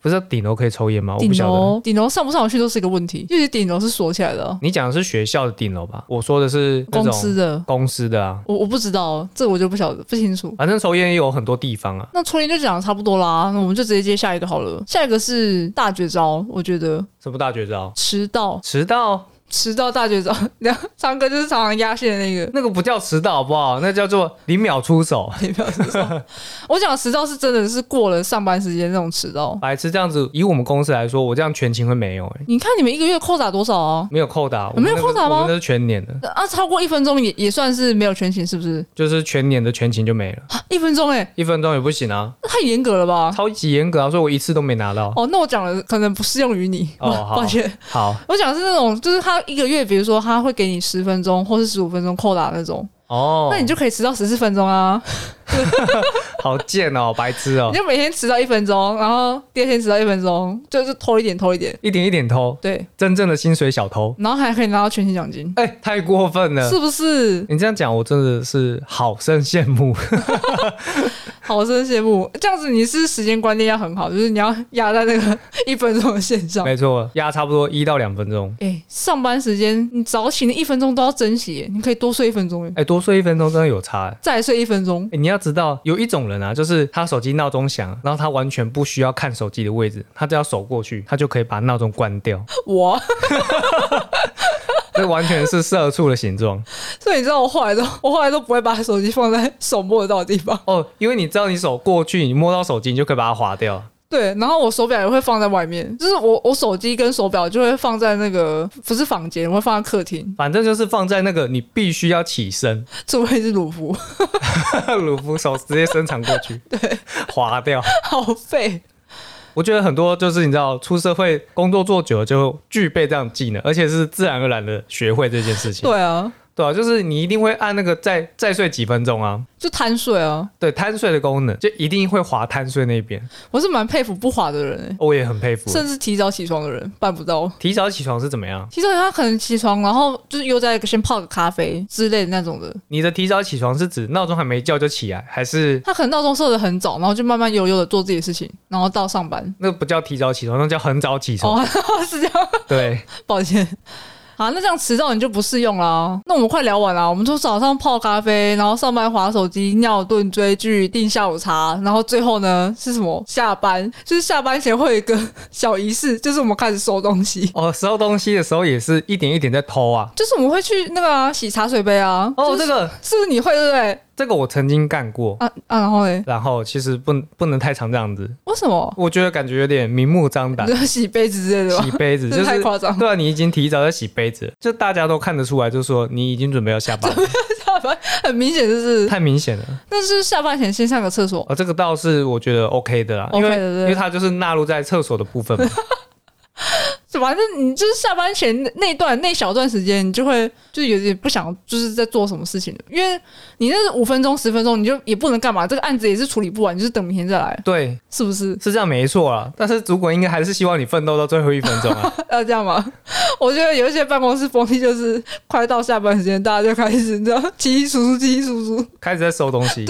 [SPEAKER 1] 不是顶楼可以抽烟吗？我哦
[SPEAKER 2] 顶
[SPEAKER 1] 不晓得。
[SPEAKER 2] 楼顶楼上不上得去都是一个问题，因为顶楼是锁起来的啊，
[SPEAKER 1] 你讲的是学校的顶楼吧？我说的是那
[SPEAKER 2] 公
[SPEAKER 1] 嗯种
[SPEAKER 2] 司的，
[SPEAKER 1] 公司的啊。
[SPEAKER 2] 我我不知道，这我就不晓得不清楚。
[SPEAKER 1] 反正抽烟也有很多地方啊，
[SPEAKER 2] 那抽烟就讲的差不多啦，那我们就直接接下一个好了。下一个是大绝招，我觉得
[SPEAKER 1] 什么大绝招？
[SPEAKER 2] 迟到，
[SPEAKER 1] 迟到
[SPEAKER 2] 迟到大绝招。 <laughs> 然后唱歌就是常常压线的那个，
[SPEAKER 1] 那个不叫迟到好不好？那叫做零秒出
[SPEAKER 2] <laughs>
[SPEAKER 1] 手。
[SPEAKER 2] 你不要迟到。我讲的迟到是真的是过了上班时间那种迟到。
[SPEAKER 1] 白痴这样子，以我们公司来说，我这样全勤会没有、欸，
[SPEAKER 2] 你看你们一个月扣打多少啊？
[SPEAKER 1] 没有扣打，
[SPEAKER 2] 没有扣打
[SPEAKER 1] 我们那
[SPEAKER 2] 吗
[SPEAKER 1] 个我们那是全年的，
[SPEAKER 2] 啊，超过一分钟也也算是没有全勤，是不是？
[SPEAKER 1] 就是全年的全勤就没了，
[SPEAKER 2] 啊一分钟哎、
[SPEAKER 1] 一分钟也不行啊，
[SPEAKER 2] 那太严格了吧？
[SPEAKER 1] 超级严格啊，所以我一次都没拿到。
[SPEAKER 2] 哦，那我讲的可能不适用于你，
[SPEAKER 1] 哦
[SPEAKER 2] 抱
[SPEAKER 1] 好
[SPEAKER 2] <laughs> 抱歉。
[SPEAKER 1] 好
[SPEAKER 2] 我讲的是那种，就是他一个月，比如说他会给你十分钟或是十五分钟扣打那种，
[SPEAKER 1] 哦，
[SPEAKER 2] 那你就可以迟到十四分钟啊，
[SPEAKER 1] 好贱
[SPEAKER 2] <laughs>
[SPEAKER 1] 哦，白痴哦
[SPEAKER 2] 你，就每天迟到一分钟，然后第二天迟到一分钟，就是偷一点偷一点，
[SPEAKER 1] 一点一点偷，
[SPEAKER 2] 对，
[SPEAKER 1] 真正的薪水小偷，
[SPEAKER 2] 然后还可以拿到全勤奖金，
[SPEAKER 1] 哎、太过分了。
[SPEAKER 2] 是不是？
[SPEAKER 1] 你这样讲，我真的是好生羡慕。
[SPEAKER 2] 好生羡慕。这样子你是时间观念要很好，就是你要压在那个一分钟的线上。
[SPEAKER 1] 没错，压差不多一到两分钟。
[SPEAKER 2] 哎、上班时间你早起那一分钟都要珍惜耶，你可以多睡一分钟耶，
[SPEAKER 1] 哎、多睡一分钟真的有差、哎
[SPEAKER 2] 再睡一分钟。
[SPEAKER 1] 哎你要知道，有一种人啊，就是他手机闹钟响，然后他完全不需要看手机的位置，他只要手过去，他就可以把闹钟关掉。
[SPEAKER 2] 我，
[SPEAKER 1] 这完全是社畜的形状
[SPEAKER 2] <laughs> 所以你知道我后来都，我后来都不会把手机放在手摸得到的地方。
[SPEAKER 1] 哦，因为你知道你手过去，你摸到手机，你就可以把它划掉。
[SPEAKER 2] 对，然后我手表也会放在外面，就是我我手机跟手表就会放在那个不是房间，我会放在客厅， <laughs>
[SPEAKER 1] 反正就是放在那个你必须要起身， <laughs>
[SPEAKER 2] 除非是鲁夫， <laughs>
[SPEAKER 1] 鲁夫手直接伸长过去，对，划掉。
[SPEAKER 2] 好废。
[SPEAKER 1] 我觉得很多就是你知道，出社会工作做久了就具备这样的技能，而且是自然而然的学会这件事情。
[SPEAKER 2] 对啊，
[SPEAKER 1] 对啊，就是你一定会按那个再再睡几分钟啊，
[SPEAKER 2] 就贪睡啊。
[SPEAKER 1] 对贪睡的功能，就一定会滑贪睡那边。
[SPEAKER 2] 我是蛮佩服不滑的人、欸，
[SPEAKER 1] 我也很佩服。
[SPEAKER 2] 甚至提早起床的人办不到。
[SPEAKER 1] 提早起床是怎么样？
[SPEAKER 2] 提早他可能起床，然后就是又在先泡个咖啡之类的那种的。
[SPEAKER 1] 你的提早起床是指闹钟还没叫就起来，还是
[SPEAKER 2] 他可能闹钟设的很早，然后就慢慢悠悠的做自己的事情，然后到上班。
[SPEAKER 1] 那不叫提早起床，那叫很早起床？
[SPEAKER 2] 哦， <laughs> 是这样，
[SPEAKER 1] 对，
[SPEAKER 2] 抱歉。 <laughs> 好，那这样迟到你就不适用啦。那我们快聊完啦，我们从早上泡咖啡，然后上班划手机、尿遁、追剧、订下午茶，然后最后呢是什么？下班，就是下班前会有一个 <laughs> 小仪式，就是我们开始收东西，
[SPEAKER 1] 哦，收东西的时候也是一点一点在偷啊。
[SPEAKER 2] 就是我们会去那个啊洗茶水杯啊。
[SPEAKER 1] 哦，
[SPEAKER 2] 就是
[SPEAKER 1] 这个
[SPEAKER 2] 是不是你会对不对？
[SPEAKER 1] 这个我曾经干过，
[SPEAKER 2] 啊啊，然后嘞，
[SPEAKER 1] 然后其实不不能太常这样子，
[SPEAKER 2] 为什么？
[SPEAKER 1] 我觉得感觉有点明目张胆
[SPEAKER 2] 你。就 <laughs> 洗杯子之类的吗
[SPEAKER 1] 啊洗？杯子
[SPEAKER 2] 真
[SPEAKER 1] 就
[SPEAKER 2] 的
[SPEAKER 1] 是
[SPEAKER 2] 啊太夸张了。 <laughs>
[SPEAKER 1] 对啊，你已经提早在洗杯子了，就大家都看得出来，就说你已经准备要下班了，
[SPEAKER 2] 下班很明显就是，
[SPEAKER 1] 太明显了。
[SPEAKER 2] 但是下班前先上个厕所。
[SPEAKER 1] 哦，这个倒是我觉得 OK 的啦，因
[SPEAKER 2] OK
[SPEAKER 1] 为
[SPEAKER 2] 的对
[SPEAKER 1] 因为它就是纳入在厕所的部分嘛。
[SPEAKER 2] <laughs> 反正你就是下班前那那段那小段时间，你就会就是有点不想就是在做什么事情了，因为你那五分钟十分钟，你就也不能干嘛，这个案子也是处理不完，你就是等明天再来，
[SPEAKER 1] 对，
[SPEAKER 2] 是不是？ <laughs>
[SPEAKER 1] 是这样没错啦。但是主管应该还是希望你奋斗到最后一分钟
[SPEAKER 2] <laughs>
[SPEAKER 1] 啊。
[SPEAKER 2] 要这样吗？我觉得有一些办公室风气就是快到下班时间，大家就开始你知道稀稀疏疏、稀稀疏疏，
[SPEAKER 1] 开始在收东西。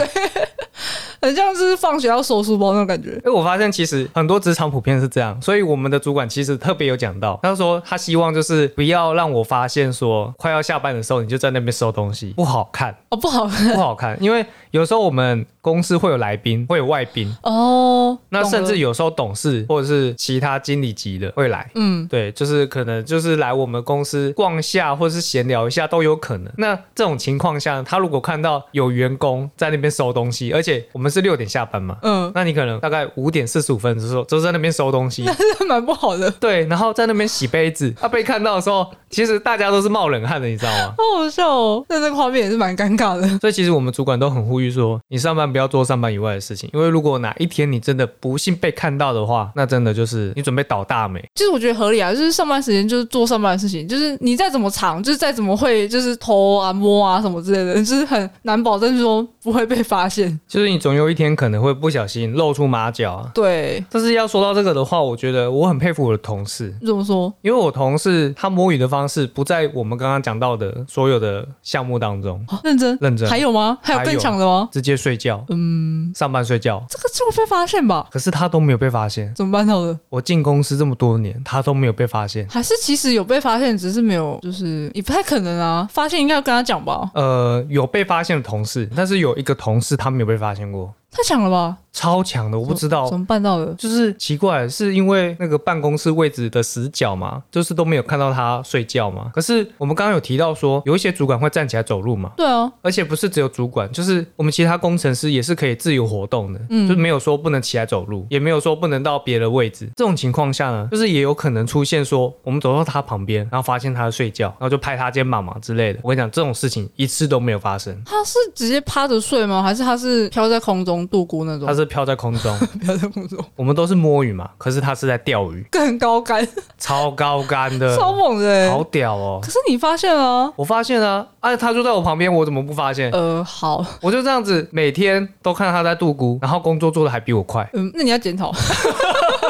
[SPEAKER 1] 哎、
[SPEAKER 2] 很像是放学要收书包那种感觉。
[SPEAKER 1] 哎我发现其实很多职场普遍是这样，所以我们的主管其实特别有讲到，他说他希望就是不要让我发现说快要下班的时候你就在那边收东西，不好看，
[SPEAKER 2] <laughs> 哦，不好
[SPEAKER 1] 不好看。因为有时候我们公司会有来宾，会有外宾，
[SPEAKER 2] 哦，
[SPEAKER 1] 那
[SPEAKER 2] 懂了
[SPEAKER 1] 甚至有时候董事或者是其他经理级的会来。
[SPEAKER 2] 嗯，
[SPEAKER 1] 对，就是可能就是来我们公司逛下，或者是闲聊一下都有可能。那这种情况下，他如果看到有员工在那边收东西，而且我们是六点下班嘛，
[SPEAKER 2] 嗯， <laughs>
[SPEAKER 1] 那你可能大概五点四十五分的时候就在那边收东西，
[SPEAKER 2] 这蛮不好的，
[SPEAKER 1] 对，然后在那边洗杯子。他、被看到的时候，其实大家都是冒冷汗的，你知道吗？
[SPEAKER 2] 好好笑哦。那这个画面也是蛮尴尬的。
[SPEAKER 1] 所以其实我们主管都很呼吁说，你上班不要做上班以外的事情，因为如果哪一天你真的不幸被看到的话，那真的就是你准备倒大霉。
[SPEAKER 2] 就是我觉得合理啊，就是上班时间就是做上班的事情，就是你再怎么长，就是再怎么会就是偷啊摸啊什么之类的，就是很难保证说不会被发现。
[SPEAKER 1] 就是你总有一天可能会不小心露出马脚啊。
[SPEAKER 2] 对，
[SPEAKER 1] 但是要说到这个的话，我觉得我很佩服我的同事，
[SPEAKER 2] 你怎么说？
[SPEAKER 1] 因为我同事他摸鱼的方式不在我们刚刚讲到的所有的项目当中，
[SPEAKER 2] 啊认真，
[SPEAKER 1] 认真
[SPEAKER 2] 还有吗？还有更强的吗？
[SPEAKER 1] 直接睡觉，嗯，上班睡觉。
[SPEAKER 2] 这个就会被发现吧？
[SPEAKER 1] 可是他都没有被发现，
[SPEAKER 2] 怎么办到的？
[SPEAKER 1] 我进公司这么多年，他都没有被发现。
[SPEAKER 2] 还是其实有被发现，只是没有，就是也不太可能啊。发现应该要跟他讲吧？
[SPEAKER 1] 呃，有被发现的同事，但是有一个同事他没有被发现过，
[SPEAKER 2] 太强了吧？
[SPEAKER 1] 超强的，我不知道
[SPEAKER 2] 怎么办到的？
[SPEAKER 1] 就是奇怪，是因为那个办公室位置的死角嘛，就是都没有看到他睡觉嘛。可是我们刚刚有提到说，有一些主管会站起来走路嘛，
[SPEAKER 2] 对啊，
[SPEAKER 1] 而且不是只有主管，就是我们其他工程师也是可以自由活动的，
[SPEAKER 2] 嗯
[SPEAKER 1] 就没有说不能起来走路，也没有说不能到别的位置。这种情况下呢，就是也有可能出现说，我们走到他旁边，然后发现他在睡觉，然后就拍他肩膀嘛之类的。我跟你讲，这种事情一次都没有发生。
[SPEAKER 2] 他是直接趴着睡吗？还是他是飘在空中度孤那种
[SPEAKER 1] 他？是飘在空中，
[SPEAKER 2] <laughs> 飘在空中，
[SPEAKER 1] 我们都是摸鱼嘛，可是他是在钓鱼，
[SPEAKER 2] 更高干，
[SPEAKER 1] 超高杆的，
[SPEAKER 2] <laughs> 超猛的、欸。
[SPEAKER 1] 呃好屌哦！
[SPEAKER 2] 可是你发现了、啊，
[SPEAKER 1] 我发现啊，哎、他就在我旁边，我怎么不发现？
[SPEAKER 2] 呃，好，
[SPEAKER 1] 我就这样子每天都看到他在度孤，然后工作做的还比我快。
[SPEAKER 2] 嗯，那你要检讨。 <laughs>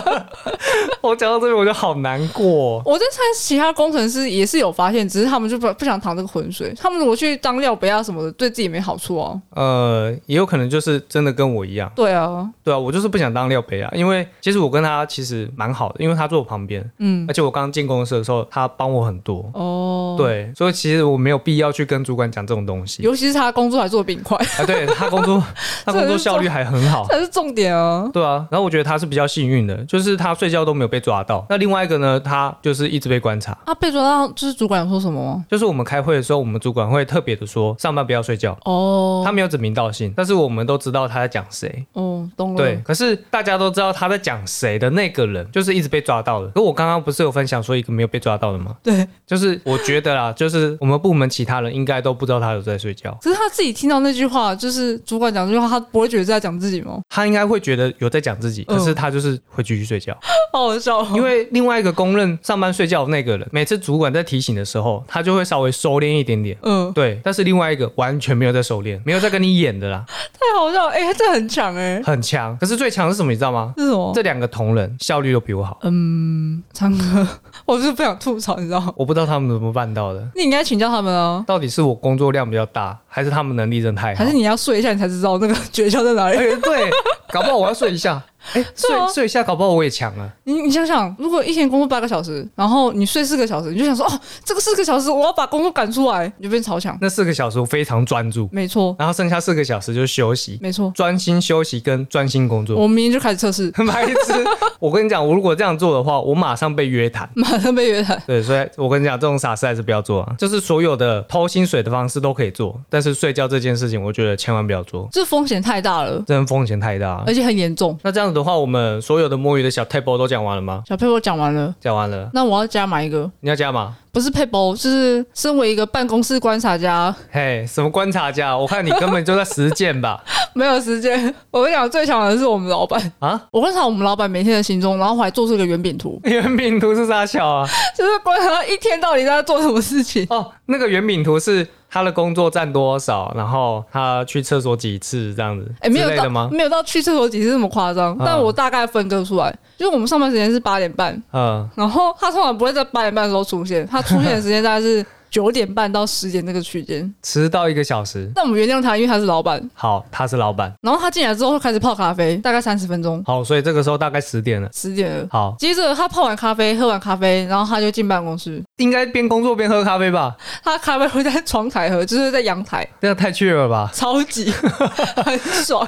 [SPEAKER 1] 我讲到这边我就好难过、哦。
[SPEAKER 2] 我在猜，其他工程师也是有发现，只是他们就不不想淌这个浑水。他们如果去当料杯啊什么的，对自己没好处哦、
[SPEAKER 1] 呃，也有可能就是真的跟我一样，
[SPEAKER 2] 对啊，
[SPEAKER 1] 对啊，我就是不想当廖培啊，因为其实我跟他其实蛮好的，因为他坐我旁边，
[SPEAKER 2] 嗯，
[SPEAKER 1] 而且我刚进公司的时候他帮我很多。
[SPEAKER 2] 哦，，
[SPEAKER 1] 对，所以其实我没有必要去跟主管讲这种东西
[SPEAKER 2] 尤其是他工作还做的比你快， <laughs>
[SPEAKER 1] 啊。对他工 <laughs> 作，他工作效率还很好，
[SPEAKER 2] 才是重点啊。
[SPEAKER 1] 对啊，然后我觉得他是比较幸运的，就是他睡觉都没有被抓到。那另外一个呢，他就是一直被观察。
[SPEAKER 2] 啊，被抓到就是主管有说什么吗？
[SPEAKER 1] 就是我们开会的时候，我们主管会特别的说，上班不要睡觉。
[SPEAKER 2] 哦
[SPEAKER 1] 他，没有指名道姓，但是我们都知道他在讲谁。
[SPEAKER 2] 哦，懂了。
[SPEAKER 1] 对，，可是大家都知道他在讲谁的那个人，就是一直被抓到的。可我刚刚不是有分享说一个没有被抓到的吗？
[SPEAKER 2] 对，
[SPEAKER 1] 就是我觉得啦，就是我们部门其他人应该都不知道他有在睡觉，
[SPEAKER 2] 只是他自己听到那句话，就是主管讲这句话，他不会觉得是在讲自己吗？
[SPEAKER 1] 他应该会觉得有在讲自己，可是他就是会继续睡觉，
[SPEAKER 2] <laughs> 好好笑哦。
[SPEAKER 1] 因为另外一个公认上班睡觉的那个人，每次主管在提醒的时候，他就会稍微收敛一点点。
[SPEAKER 2] 嗯，
[SPEAKER 1] 对，但是另外一个完全没有在收敛，没有在跟你演的啦，
[SPEAKER 2] 太好笑了，哎、欸，这很强哎、
[SPEAKER 1] 很强。可是最强是什么，你知道吗？
[SPEAKER 2] 这是什么？
[SPEAKER 1] 这两个同仁效率都比我好，
[SPEAKER 2] 嗯，唱歌， <laughs> 我是不想吐槽，你知道吗？
[SPEAKER 1] 我不知道他们怎么办到的。
[SPEAKER 2] 你应该请教他们啊，
[SPEAKER 1] 到底是我工作量比较大，还是他们能力真的太好
[SPEAKER 2] 还是？你要睡一下，你才知道那个诀窍在哪里。
[SPEAKER 1] 哎对，搞不好我要睡一下，哎、
[SPEAKER 2] <laughs> 对啊
[SPEAKER 1] 睡睡一下，搞不好我也强啊了。
[SPEAKER 2] <laughs> 你你想想，如果一天工作八个小时，然后你睡四个小时，你就想说，哦，这个四个小时我要把工作赶出来，你就变超强。
[SPEAKER 1] 那四个小时我非常专注，
[SPEAKER 2] 没错，
[SPEAKER 1] 然后剩下四个小时就休息，
[SPEAKER 2] 没错，
[SPEAKER 1] 专心休息跟专心工作。
[SPEAKER 2] 我明天就开始测试，
[SPEAKER 1] <laughs> 白痴！我跟你讲，我如果这样做的话，我马上被约
[SPEAKER 2] <laughs>
[SPEAKER 1] 谈。
[SPEAKER 2] 马上被约谈。
[SPEAKER 1] 对，所以我跟你讲，这种傻事还是不要做啊。就是所有的偷薪水的方式都可以做，但是睡觉这件事情，我觉得千万不要做，
[SPEAKER 2] 这风险太大了，
[SPEAKER 1] 真的风险太大。啊
[SPEAKER 2] 而且很严重。
[SPEAKER 1] 那这样子的话，我们所有的摸鱼的小 table 都讲完了吗？
[SPEAKER 2] 小佩我讲完了，
[SPEAKER 1] 讲完了，
[SPEAKER 2] 那我要加买一个，
[SPEAKER 1] 你要加吗？
[SPEAKER 2] 不是佩博，就是身为一个办公室观察家， <laughs>
[SPEAKER 1] 嘿，什么观察家？我看你根本就在实践
[SPEAKER 2] <laughs>
[SPEAKER 1] 吧？
[SPEAKER 2] 没有时间。我跟你讲，最强的是我们老板，
[SPEAKER 1] 啊，
[SPEAKER 2] 我观察我们老板每天的行踪，然后我还做出一个圆饼图，
[SPEAKER 1] 圆饼图是啥小啊？
[SPEAKER 2] <laughs> 就是观察他一天到底在做什么事情。
[SPEAKER 1] 哦，那个圆饼图是他的工作占多少，然后他去厕所几次这样子，
[SPEAKER 2] 哎、没有
[SPEAKER 1] <laughs> 之类的
[SPEAKER 2] 到
[SPEAKER 1] 吗？
[SPEAKER 2] 没有到去厕所几次这么夸张，
[SPEAKER 1] 啊
[SPEAKER 2] 但我大概分割出来，就是我们上班时间是八点半，
[SPEAKER 1] 嗯，
[SPEAKER 2] 然后他通常不会在八点半的时候出现，他出现的时间大
[SPEAKER 1] <laughs>
[SPEAKER 2] 概是九点半到十点这个区间。
[SPEAKER 1] 迟到一个小时。
[SPEAKER 2] 但我们原谅他，因为他是老板。
[SPEAKER 1] 好，他是老板。
[SPEAKER 2] 然后他进来之后会开始泡咖啡，大概三十分钟，
[SPEAKER 1] 好，所以这个时候大概十点了。
[SPEAKER 2] 十点了。
[SPEAKER 1] 好，
[SPEAKER 2] 接着他泡完咖啡，喝完咖啡，然后他就进办公室。
[SPEAKER 1] 应该边工作边喝咖啡吧？
[SPEAKER 2] 他咖啡会在窗台喝，就是在阳台，
[SPEAKER 1] 这样太趣了吧？
[SPEAKER 2] 超
[SPEAKER 1] <laughs>
[SPEAKER 2] 级很爽。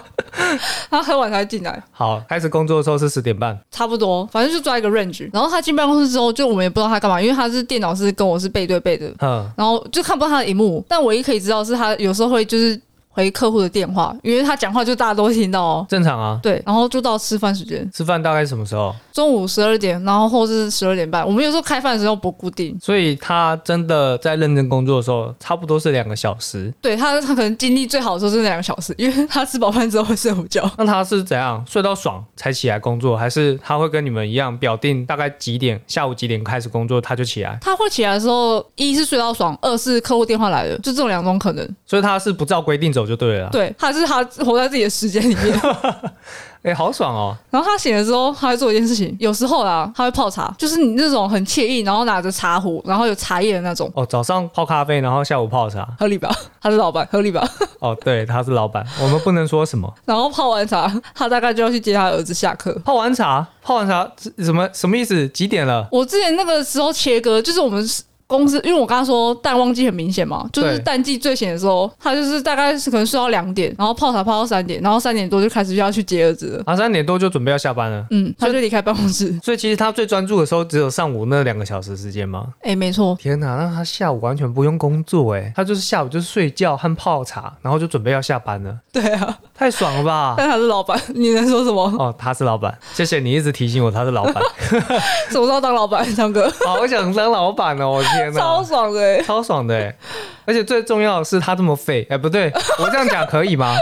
[SPEAKER 2] 他喝完才进来，
[SPEAKER 1] 好，开始工作的时候是十点半。
[SPEAKER 2] 差不多，反正就抓一个 range。然后他进办公室之后，就我们也不知道他干嘛，因为他是电脑是跟我是背对背的，
[SPEAKER 1] 嗯，
[SPEAKER 2] 然后就看不到他的荧幕。但唯一可以知道是他有时候会就是回客户的电话，因为他讲话就大家都会听到哦。
[SPEAKER 1] 正常啊。
[SPEAKER 2] <laughs> 对，然后就到吃饭时间，
[SPEAKER 1] 吃饭大概什么时候？
[SPEAKER 2] 中午十二点，然后或是十二点半。我们有时候开饭的时候不固定，
[SPEAKER 1] 所以他真的在认真工作的时候，差不多是两个小时。
[SPEAKER 2] 对他他可能精力最好的时候是那两个小时，因为他吃饱饭之后会睡午觉。
[SPEAKER 1] 那他是怎样睡到爽才起来工作，还是他会跟你们一样表定大概几点，下午几点开始工作他就起来？
[SPEAKER 2] 他会起来的时候，一是睡到爽，二是客户电话来了，就这种两种可能。
[SPEAKER 1] 所以他是不照规定走就对了啦。
[SPEAKER 2] 对，他是他活在自己的时间里面。
[SPEAKER 1] 哎、好爽哦！
[SPEAKER 2] 然后他醒了之后，他会做一件事情，有时候啦，他会泡茶，就是你那种很惬意，然后拿着茶壶，然后有茶叶的那种，
[SPEAKER 1] 哦，早上泡咖啡，然后下午泡茶。
[SPEAKER 2] 合理吧？ <laughs> 他是老板，合理吧？
[SPEAKER 1] 哦，对，他是老板，我们不能说什么。
[SPEAKER 2] <laughs> 然后泡完茶，他大概就要去接他儿子下课。
[SPEAKER 1] 泡完茶，泡完茶，这什么什么意思？几点了？
[SPEAKER 2] 我之前那个时候切割，就是我们公司，因为我刚刚说淡旺季很明显嘛，就
[SPEAKER 1] 对
[SPEAKER 2] 是淡季最闲的时候，他就是大概是可能睡到两点，然后泡茶泡到三点，然后三点多就开始就要去接儿子了。
[SPEAKER 1] 啊，三点多就准备要下班了。
[SPEAKER 2] 嗯，他就离开办公室。
[SPEAKER 1] 所以其实他最专注的时候只有上午那两个小时时间吗？
[SPEAKER 2] 哎、没错，
[SPEAKER 1] 天哪，那他下午完全不用工作哎，他就是下午就是睡觉和泡茶，然后就准备要下班了，
[SPEAKER 2] 对啊，
[SPEAKER 1] 太爽了 <laughs> 吧！
[SPEAKER 2] 但他是老板，你能说什么？
[SPEAKER 1] 哦，他是老板，谢谢你一直提醒我他是老板，
[SPEAKER 2] 什么时候当老板，唱歌
[SPEAKER 1] 好想当老板哦！我天哪，
[SPEAKER 2] 超爽的、欸，
[SPEAKER 1] 超爽的哎！而且最重要的是他这么废，哎，不对，我这样讲可以吗？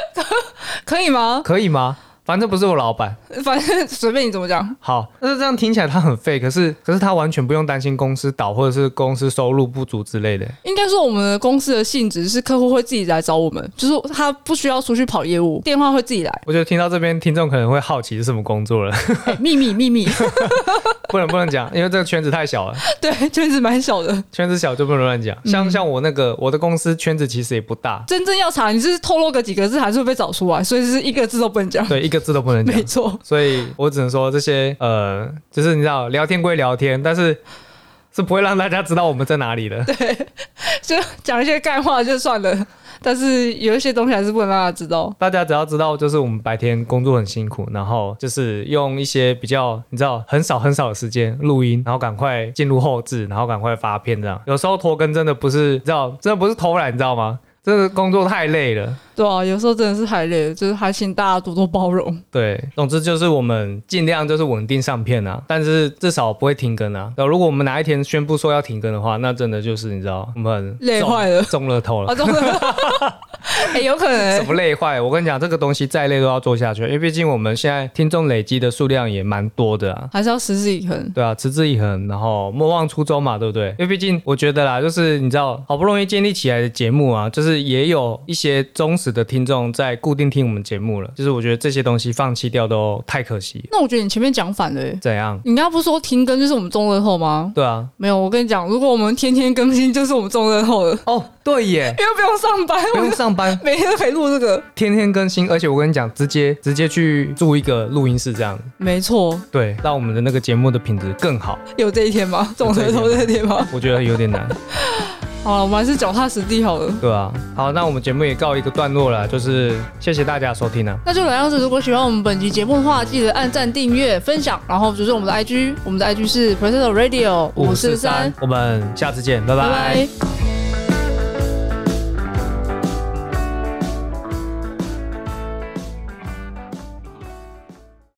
[SPEAKER 2] 可以吗？
[SPEAKER 1] 可以吗？反正不是我老板，
[SPEAKER 2] <laughs> 反正随便你怎么讲，
[SPEAKER 1] 好，但是这样听起来他很废，可是可是他完全不用担心公司倒或者是公司收入不足之类的。
[SPEAKER 2] 应该说我们的公司的性质是客户会自己来找我们，就是他不需要出去跑业务，电话会自己来。 <laughs>
[SPEAKER 1] 我觉得听到这边听众可能会好奇是什么工作了，
[SPEAKER 2] 哎秘密
[SPEAKER 1] <laughs>
[SPEAKER 2] 秘密，
[SPEAKER 1] 不能不能讲，因为这个圈子太小了，
[SPEAKER 2] 对，圈子蛮小的。
[SPEAKER 1] 圈子小就不能乱讲。
[SPEAKER 2] 嗯
[SPEAKER 1] 像像我那个我的公司圈子其实也不大，
[SPEAKER 2] 真正要查，你是透露个几个字还是会被找出来，所以是一个字都不能讲。
[SPEAKER 1] 对，啊一个字都不能讲
[SPEAKER 2] 没。错，
[SPEAKER 1] 所以我只能说这些呃，就是你知道聊天归聊天，但是是不会让大家知道我们在哪里的。
[SPEAKER 2] 就讲一些干话就算了，但是有一些东西还是不能让他知道。
[SPEAKER 1] 大家只要知道，就是我们白天工作很辛苦，然后就是用一些比较你知道很少很少的时间录音，然后赶快进入后置，然后赶快发片这样。有时候拖更真的不是你知道，真的不是偷懒，你知道吗？真的工作太累了。
[SPEAKER 2] 对啊，有时候真的是太累了，就是还请大家多多包容。
[SPEAKER 1] 对，总之就是我们尽量就是稳定上片啊，但是至少不会停更啊。那如果我们哪一天宣布说要停更的话，那真的就是你知道，我们
[SPEAKER 2] 累
[SPEAKER 1] 中
[SPEAKER 2] 坏了哦
[SPEAKER 1] 中了头了
[SPEAKER 2] 啊，。真的，
[SPEAKER 1] <laughs>
[SPEAKER 2] 哎，有可能
[SPEAKER 1] 哦什
[SPEAKER 2] 欸
[SPEAKER 1] 么累坏？我跟你讲，这个东西再累都要做下去，因为毕竟我们现在听众累积的数量也蛮多的啊。
[SPEAKER 2] 还是要持之以恒。
[SPEAKER 1] 对啊，持之以恒，然后莫忘初衷嘛，对不对？因为毕竟我觉得啦，就是你知道，好不容易建立起来的节目啊，就是也有一些忠实的听众在固定听我们节目了。就是我觉得这些东西放弃掉都太可惜。
[SPEAKER 2] 那我觉得你前面讲反了欸、
[SPEAKER 1] 怎样？
[SPEAKER 2] 你刚刚不是说停更就是我们中乐透吗？
[SPEAKER 1] 对啊，
[SPEAKER 2] 没有，我跟你讲，如果我们天天更新，就是我们中乐 <laughs> 透了，
[SPEAKER 1] 哦，对
[SPEAKER 2] <laughs>
[SPEAKER 1] 耶，
[SPEAKER 2] 因为不用上班，
[SPEAKER 1] 不
[SPEAKER 2] 我
[SPEAKER 1] 用
[SPEAKER 2] 们
[SPEAKER 1] 上班，
[SPEAKER 2] 每天都可以录这个。
[SPEAKER 1] 天天更新，而且我跟你讲，直接直接去租一个录音室，这样
[SPEAKER 2] 没错，
[SPEAKER 1] 对，让我们的那个节目的品质更好。
[SPEAKER 2] 有这一天吗？中乐透这一天吗？
[SPEAKER 1] 我觉得有点难。
[SPEAKER 2] 好了，我们还是脚踏实地好了。
[SPEAKER 1] 对啊，好，那我们节目也告一个段落了，就是谢谢大家的收听啊，
[SPEAKER 2] <laughs> 那就来样子。如果喜欢我们本集节目的话，记得按赞、订阅、分享，然后就是我们的 IG，我们的 IG 是 Potato Radio 五四三，
[SPEAKER 1] 我们下次见，拜
[SPEAKER 2] 拜
[SPEAKER 1] 拜
[SPEAKER 2] 拜。